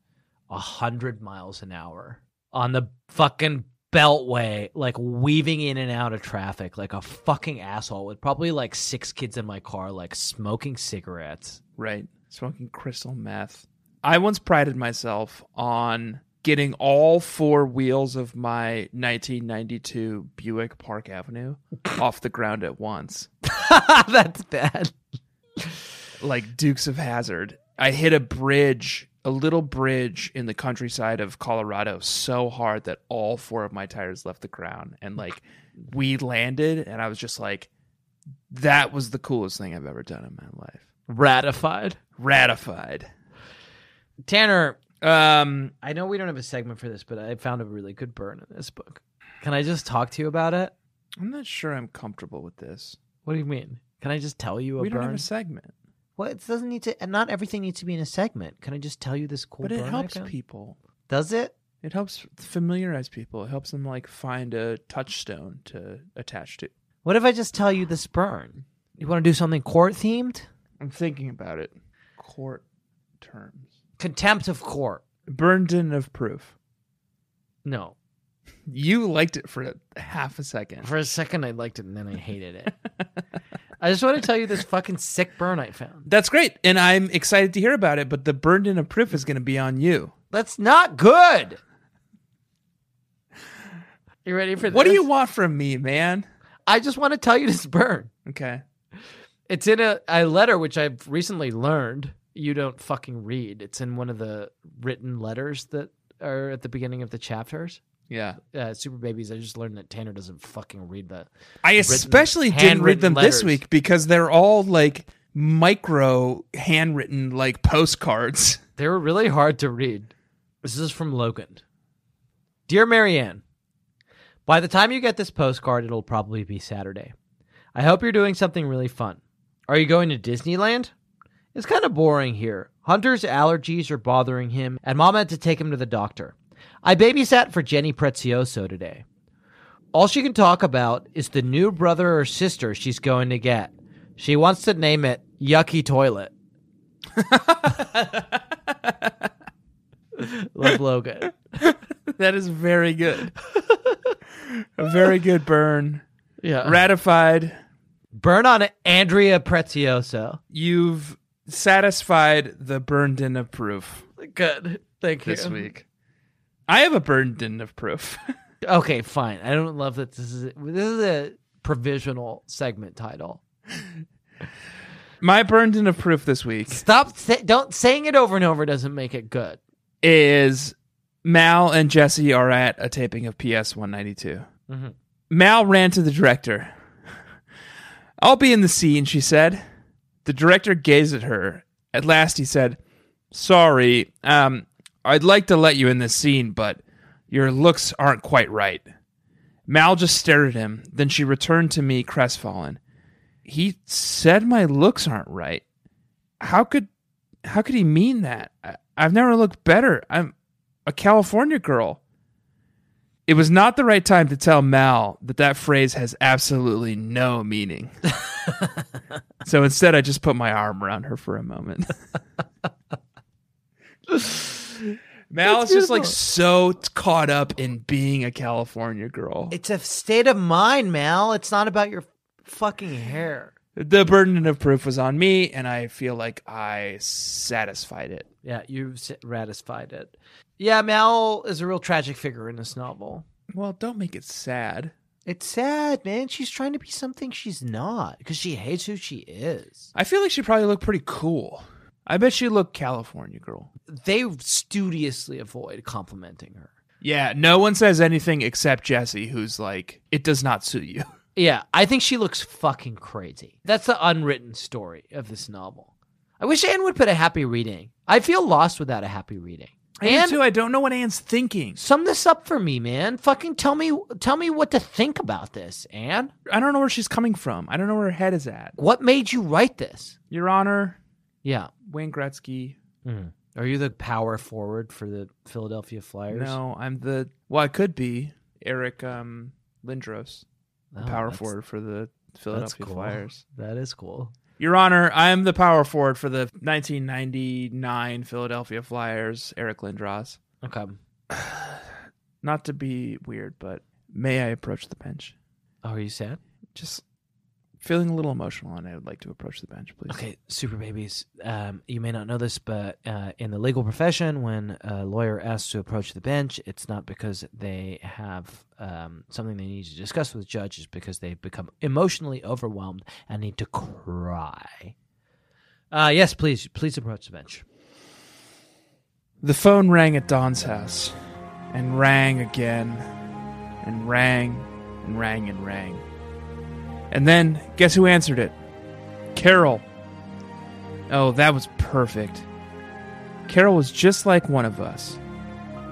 a hundred miles an hour on the fucking beltway, like weaving in and out of traffic, like a fucking asshole with probably like six kids in my car, like smoking cigarettes.
Right. Smoking crystal meth. I once prided myself on getting all four wheels of my 1992 Buick Park Avenue off the ground at once.
That's bad.
like Dukes of Hazard. I hit a bridge, a little bridge in the countryside of Colorado so hard that all four of my tires left the ground and like we landed and I was just like that was the coolest thing I've ever done in my life.
Ratified.
Ratified.
Tanner,
Um
I know we don't have a segment for this, but I found a really good burn in this book. Can I just talk to you about it?
I'm not sure I'm comfortable with this.
What do you mean? Can I just tell you a
we don't
burn?
have a segment,
well, it doesn't need to. and Not everything needs to be in a segment. Can I just tell you this cool?
but it
burn I
helps
found?
people.
Does it?
It helps familiarize people. It helps them like find a touchstone to attach to.
What if I just tell you this burn? You want to do something court themed?
I'm thinking about it. Court terms.
Contempt of court.
Burned in of proof.
No.
You liked it for half a second.
For a second, I liked it, and then I hated it. I just want to tell you this fucking sick burn I found.
That's great, and I'm excited to hear about it. But the burned in of proof
Mm.
is going to be on you.
That's not good. You ready for this?
What do you want from me, man?
I just want to tell you this burn.
Okay.
It's in a, a letter which I've recently learned you don't fucking read. It's in one of the written letters that are at the beginning of the chapters.
Yeah.
Uh, Super Babies, I just learned that Tanner doesn't fucking read that.
I especially didn't read them
handwritten
this
letters.
week because they're all like micro handwritten like postcards.
They were really hard to read. This is from Logan. Dear Marianne, by the time you get this postcard, it'll probably be Saturday. I hope you're doing something really fun. Are you going to Disneyland? It's kind of boring here. Hunter's allergies are bothering him, and Mom had to take him to the doctor. I babysat for Jenny Prezioso today. All she can talk about is the new brother or sister she's going to get. She wants to name it Yucky Toilet. Love Logan.
that is very good. a very good burn.
Yeah.
Ratified.
Burn on Andrea Prezioso.
You've satisfied the burned in of proof.
Good. Thank
this week. I have a burden of proof.
Okay, fine. I don't love that this is this is a provisional segment title.
My burden of proof this week
Stop sa- don't saying it over and over doesn't make it good.
is Mal and Jesse are at a taping of PS 192.
Mhm.
Mal ran to the director. I'll be in the scene, she said. The director gazed at her. At last, he said, Sorry, um, I'd like to let you in this scene, but your looks aren't quite right. Mal just stared at him. Then she returned to me, crestfallen. he said my looks aren't right. How could how could he mean that? I, I've never looked better. I'm a California girl. It was not the right time to tell Mal that that phrase has absolutely no meaning. so instead, I just put my arm around her for a moment. Mal is just like so caught up in being a California girl.
It's a state of mind, Mal. It's not about your fucking hair.
the burden of proof was on me, and I feel like I satisfied it.
Yeah, you've s- ratified it. Yeah, Mal is a real tragic figure in this novel.
Well, don't make it sad.
It's sad, man. She's trying to be something she's not because she hates who she is.
I feel like she probably looked pretty cool. I bet she looked California girl.
They studiously avoid complimenting her.
Yeah, no one says anything except Jesse, who's like, it does not suit you.
Yeah, I think she looks fucking crazy. That's the unwritten story of this novel. I wish Anne would put a happy reading. I feel lost without a happy reading.
And
Anne,
too, I don't know what Anne's thinking.
sum this up for me, man. Fucking tell me, tell me what to think about this, Anne.
I don't know where she's coming from. I don't know where her head is at.
What made you write this?
Your Honor,
Yeah.
Wayne Gretzky.
Hmm. Are you the power forward for the Philadelphia Flyers?
No, I'm the well, I could be Eric um, Lindros, the
Oh,
power
that's-
forward for the
That's
Philadelphia
cool.
Flyers.
That is cool.
Your Honor, I am the power forward for the 1999 Philadelphia Flyers, Eric Lindros.
Okay.
Not to be weird, but may I approach the bench?
Oh, are you sad?
Just feeling a little emotional, and I would like to approach the bench, please.
Okay, super babies. Um, you may not know this, but uh, in the legal profession, when a lawyer asks to approach the bench, it's not because they have um, something they need to discuss with judges, because they've become emotionally overwhelmed and need to cry. Uh, yes, please, please approach the bench.
The phone rang at Don's house, and rang again, and rang, and rang, and rang. And then, guess who answered it? Carol. Oh, that was perfect. Carol was just like one of us.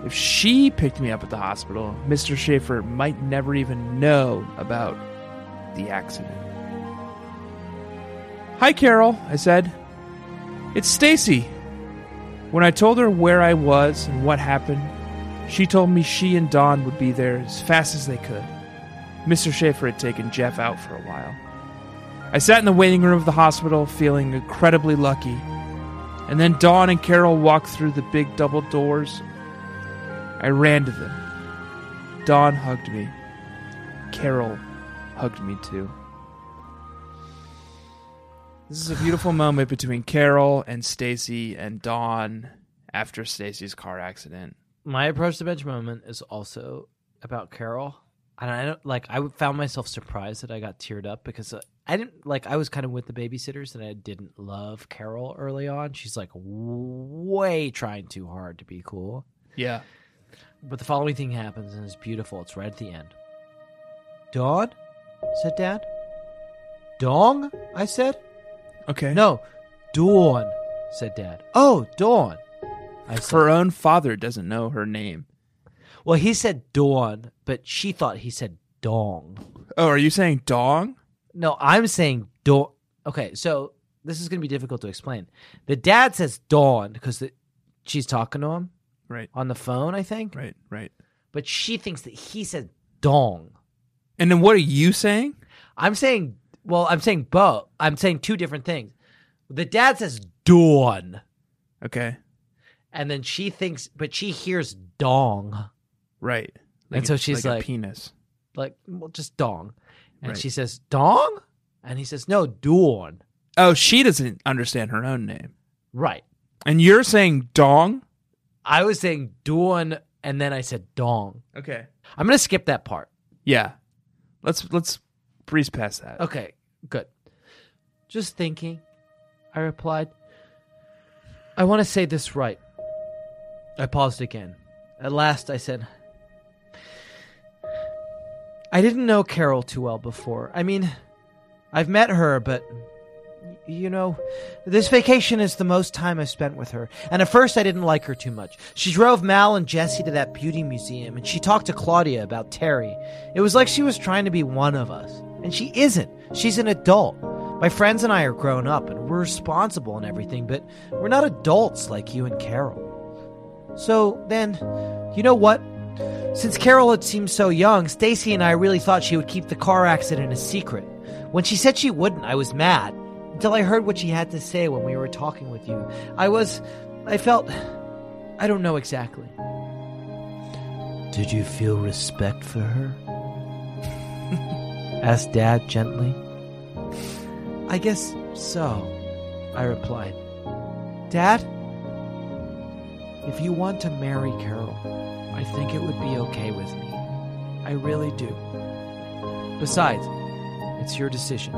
If she picked me up at the hospital, Mr. Schaefer might never even know about the accident. Hi, Carol, I said. It's Stacy. When I told her where I was and what happened, she told me she and Don would be there as fast as they could. Mr. Schaefer had taken Jeff out for a while. I sat in the waiting room of the hospital feeling incredibly lucky. And then Don and Carol walked through the big double doors. I ran to them. Don hugged me. Carol hugged me too. This is a beautiful moment between Carol and Stacy and Dawn after Stacy's car accident.
My approach to bench moment is also about Carol, and I don't like. I found myself surprised that I got teared up because uh, I didn't like. I was kind of with the babysitters, and I didn't love Carol early on. She's like way trying too hard to be cool.
Yeah.
But the following thing happens, and it's beautiful. It's right at the end. Dawn, said Dad. Dong, I said.
Okay.
No, Dawn, said Dad. Oh, Dawn. I said.
her own father doesn't know her name.
Well, he said dawn, but she thought he said dong.
Oh, are you saying Dong?
No, I'm saying dawn. Okay, so this is going to be difficult to explain. The dad says dawn because she's talking to him
Right.
on the phone, I think.
Right. Right.
But she thinks that he said dong.
And then what are you saying?
I'm saying, well, I'm saying both. I'm saying two different things. The dad says dawn,
Okay.
and then she thinks, but she hears dong.
Right.
And so she's
a
like-
penis.
Like, well, just dong. And
Right.
she says, dong? And he says, no, dawn.
Oh, she doesn't understand her own name.
Right.
And you're saying Dong?
I was saying Dawn, and then I said Dong.
Okay.
I'm gonna skip that part.
Yeah. Let's let's breeze past that.
Okay, good. Just thinking, I replied. I want to say this right. I paused again. At last, I said, I didn't know Carol too well before. I mean, I've met her, but. y- You know, this vacation is the most time I've spent with her. And at first, I didn't like her too much. She drove Mal and Jesse to that beauty museum, and she talked to Claudia about Terry. It was like she was trying to be one of us. And she isn't. She's an adult. My friends and I are grown up and we're responsible and everything, but we're not adults like you and Carol. So then, you know what? Since Carol had seemed so young, Stacy and I really thought she would keep the car accident a secret. When she said she wouldn't, I was mad. Until I heard what she had to say when we were talking with you. I was. I felt. I don't know exactly. Did you feel respect for her? asked Dad gently. I guess so, I replied. Dad, if you want to marry Carol, I think it would be okay with me. I really do. Besides, it's your decision.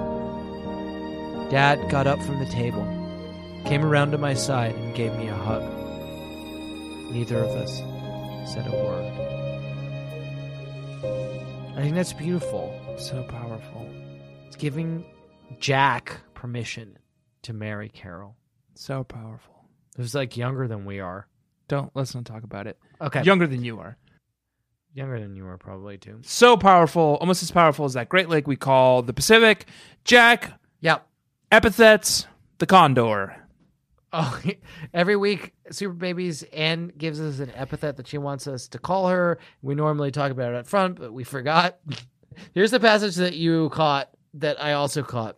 Dad got up from the table, came around to my side, and gave me a hug. Neither of us said a word. I think that's beautiful.
So powerful.
It's giving Jack permission to marry Carol,
So powerful.
who's like younger than we are.
Don't let's not talk about it.
Okay.
Younger than you are.
Younger than you are, probably, too.
So powerful, almost as powerful as that great lake we call the Pacific. Jack,
Yep.
epithets, the condor.
Oh,
Every week, Super Babies Anne gives us an epithet that she wants us to call her. We normally talk about it up front, but we forgot. Here's the passage that you caught that I also caught.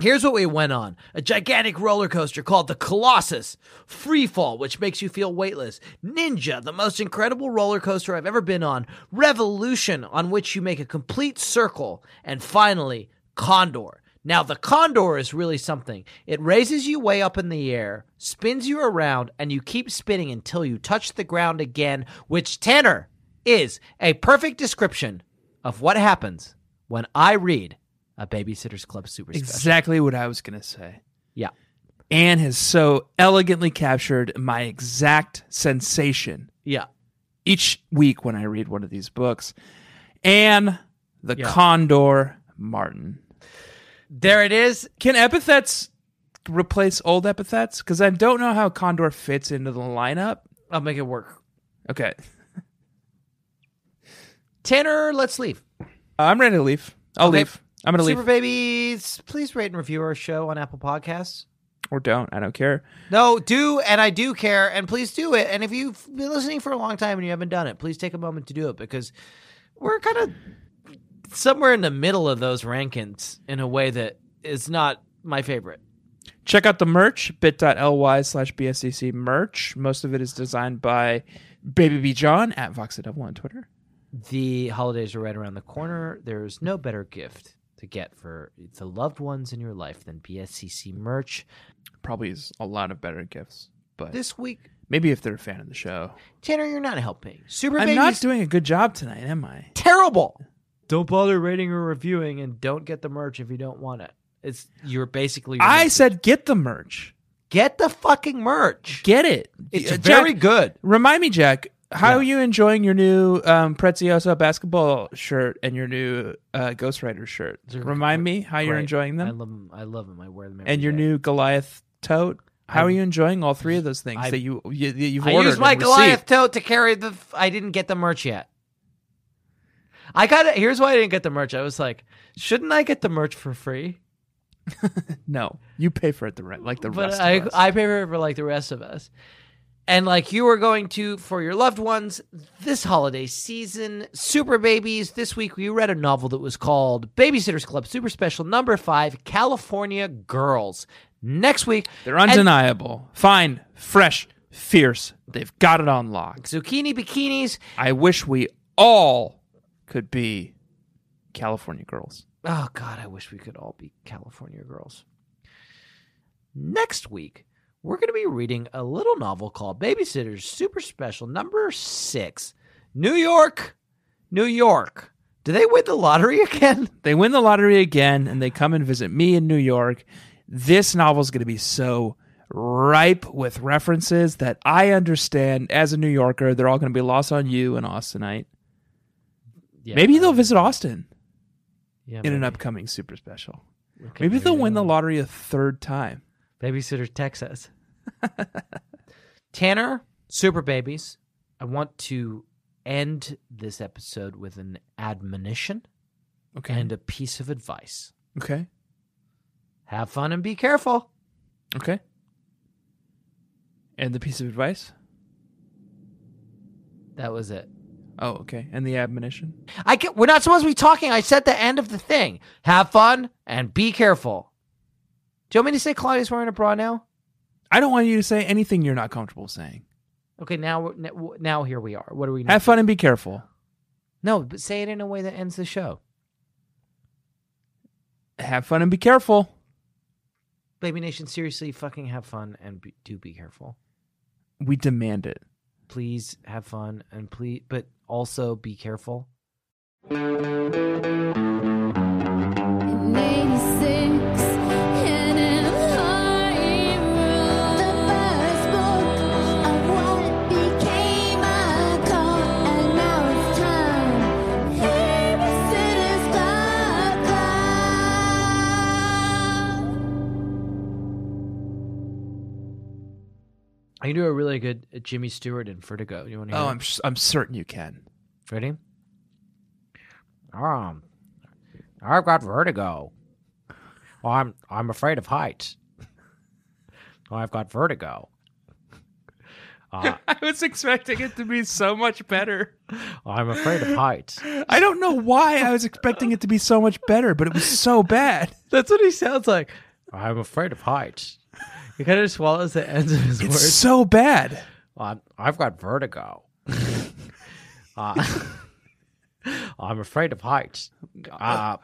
Here's what we went on a gigantic roller coaster called the Colossus, free fall, which makes you feel weightless, Ninja, the most incredible roller coaster I've ever been on, Revolution, on which you make a complete circle, and finally, Condor. Now, the Condor is really something. It raises you way up in the air, spins you around, and you keep spinning until you touch the ground again, which, Tanner, is a perfect description of what happens when I read a Babysitter's Club Super Special.
Exactly what I was gonna say.
Yeah.
Anne has so elegantly captured my exact sensation
Yeah.
each week when I read one of these books. Anne, the Condor Martin.
There it is.
Can epithets replace old epithets? Because I don't know how Condor fits into the lineup.
I'll make it work.
Okay.
Tanner, let's leave.
I'm ready to leave. I'll
Okay.
leave. I'm going to
Super
leave.
Babies, please rate and review our show on Apple Podcasts.
Or don't. I don't care.
No, do, and I do care, and please do it. And if you've been listening for a long time and you haven't done it, please take a moment to do it because we're kind of somewhere in the middle of those rankings in a way that is not my favorite.
Check out the merch, bit.ly slash BSCC merch. Most of it is designed by Baby B. John at Voxa11 on Twitter.
The holidays are right around the corner. There's no better gift to get for the loved ones in your life than BSCC merch.
Probably is a lot of better gifts, but
This week,
maybe if they're a fan of the show.
Tanner, you're not helping. Super
I'm
Babies
not doing a good job tonight, am I?
terrible. Don't bother rating or reviewing, and don't get the merch if you don't want it. It's you're basically
I said get the merch.
get the fucking merch.
Get it.
it's
Uh, Jack,
very good.
Remind me, Jack, how are you enjoying your new um, Preziosa basketball shirt and your new uh, Ghost Rider shirt? Remind me how you're
Great.
enjoying
I
them
love them. I love them. I wear them. Every
and your
day.
new Goliath tote. How
I-
are you enjoying all three of those things
I-
that you, you that you've
I
ordered?
used my
and
Goliath
received?
tote to carry the. f- I didn't get the merch yet. I got it. Here's why I didn't get the merch. I was like, shouldn't I get the merch for free?
No, you pay for it the rent like the
but
rest
I,
of us.
I pay for it for like the rest of us. And like you are going to for your loved ones this holiday season, Super Babies. This week we read a novel that was called Babysitters Club Super Special Number Five, California Girls. Next week,
They're undeniable, fine, fresh, fierce. They've got it on lock.
zucchini bikinis.
I wish we all could be California girls.
Oh God, I wish we could all be California girls. Next week, we're going to be reading a little novel called Babysitters Super Special Number Six, New York, New York. Do they win the lottery again?
They win the lottery again and they come and visit me in New York. This novel's going to be so ripe with references that I understand as a New Yorker. They're all going to be lost on you and Austinite. maybe they'll visit Austin
yeah,
in an upcoming super special. maybe they'll win the lottery a third time.
Babysitter Texas. Tanner, Super Babies, I want to end this episode with an admonition
Okay.
and a piece of advice.
okay.
Have fun and be careful.
Okay. And the piece of advice?
That was it.
Oh, okay. And the admonition?
I can, we're not supposed to be talking. I said the end of the thing. Have fun and be careful. Do you want me to say Claudia's wearing a bra now?
I don't want you to say anything you're not comfortable saying.
Okay, now we're- now here we are. What are we?
Have fun and be careful.
No, but say it in a way that ends the show.
Have fun and be careful.
Baby Nation, seriously, fucking have fun and be, do be careful.
We demand it.
Please have fun and please, but also be careful.
In 86, in an empire, the first book of what became a cult, and now it's time. Here we sit as cloud.
I can do a really good uh, Jimmy Stewart in Vertigo. You want to hear?
Oh,
it?
I'm s- I'm certain you can.
Ready? Um, I've got vertigo. I'm I'm afraid of heights. I've got vertigo.
I was expecting it to be so much better.
I'm afraid of heights.
I don't know why I was expecting it to be so much better, but it was so bad.
That's what he sounds like.
I'm afraid of heights.
He kind of just swallows the ends of his
It's
words.
so bad.
I'm, I've got vertigo. uh, I'm afraid of heights. Uh,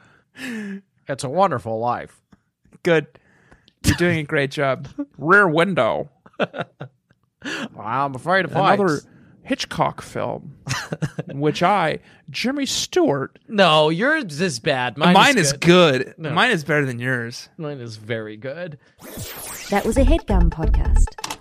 it's a wonderful life.
Good. You're doing a great job. Rear Window.
I'm afraid of
Another
heights.
Hitchcock film, in which I, Jimmy Stewart.
No, yours is bad. Mine,
Mine, is good. Mine is better than yours.
Mine is very good.
That was a headgum podcast.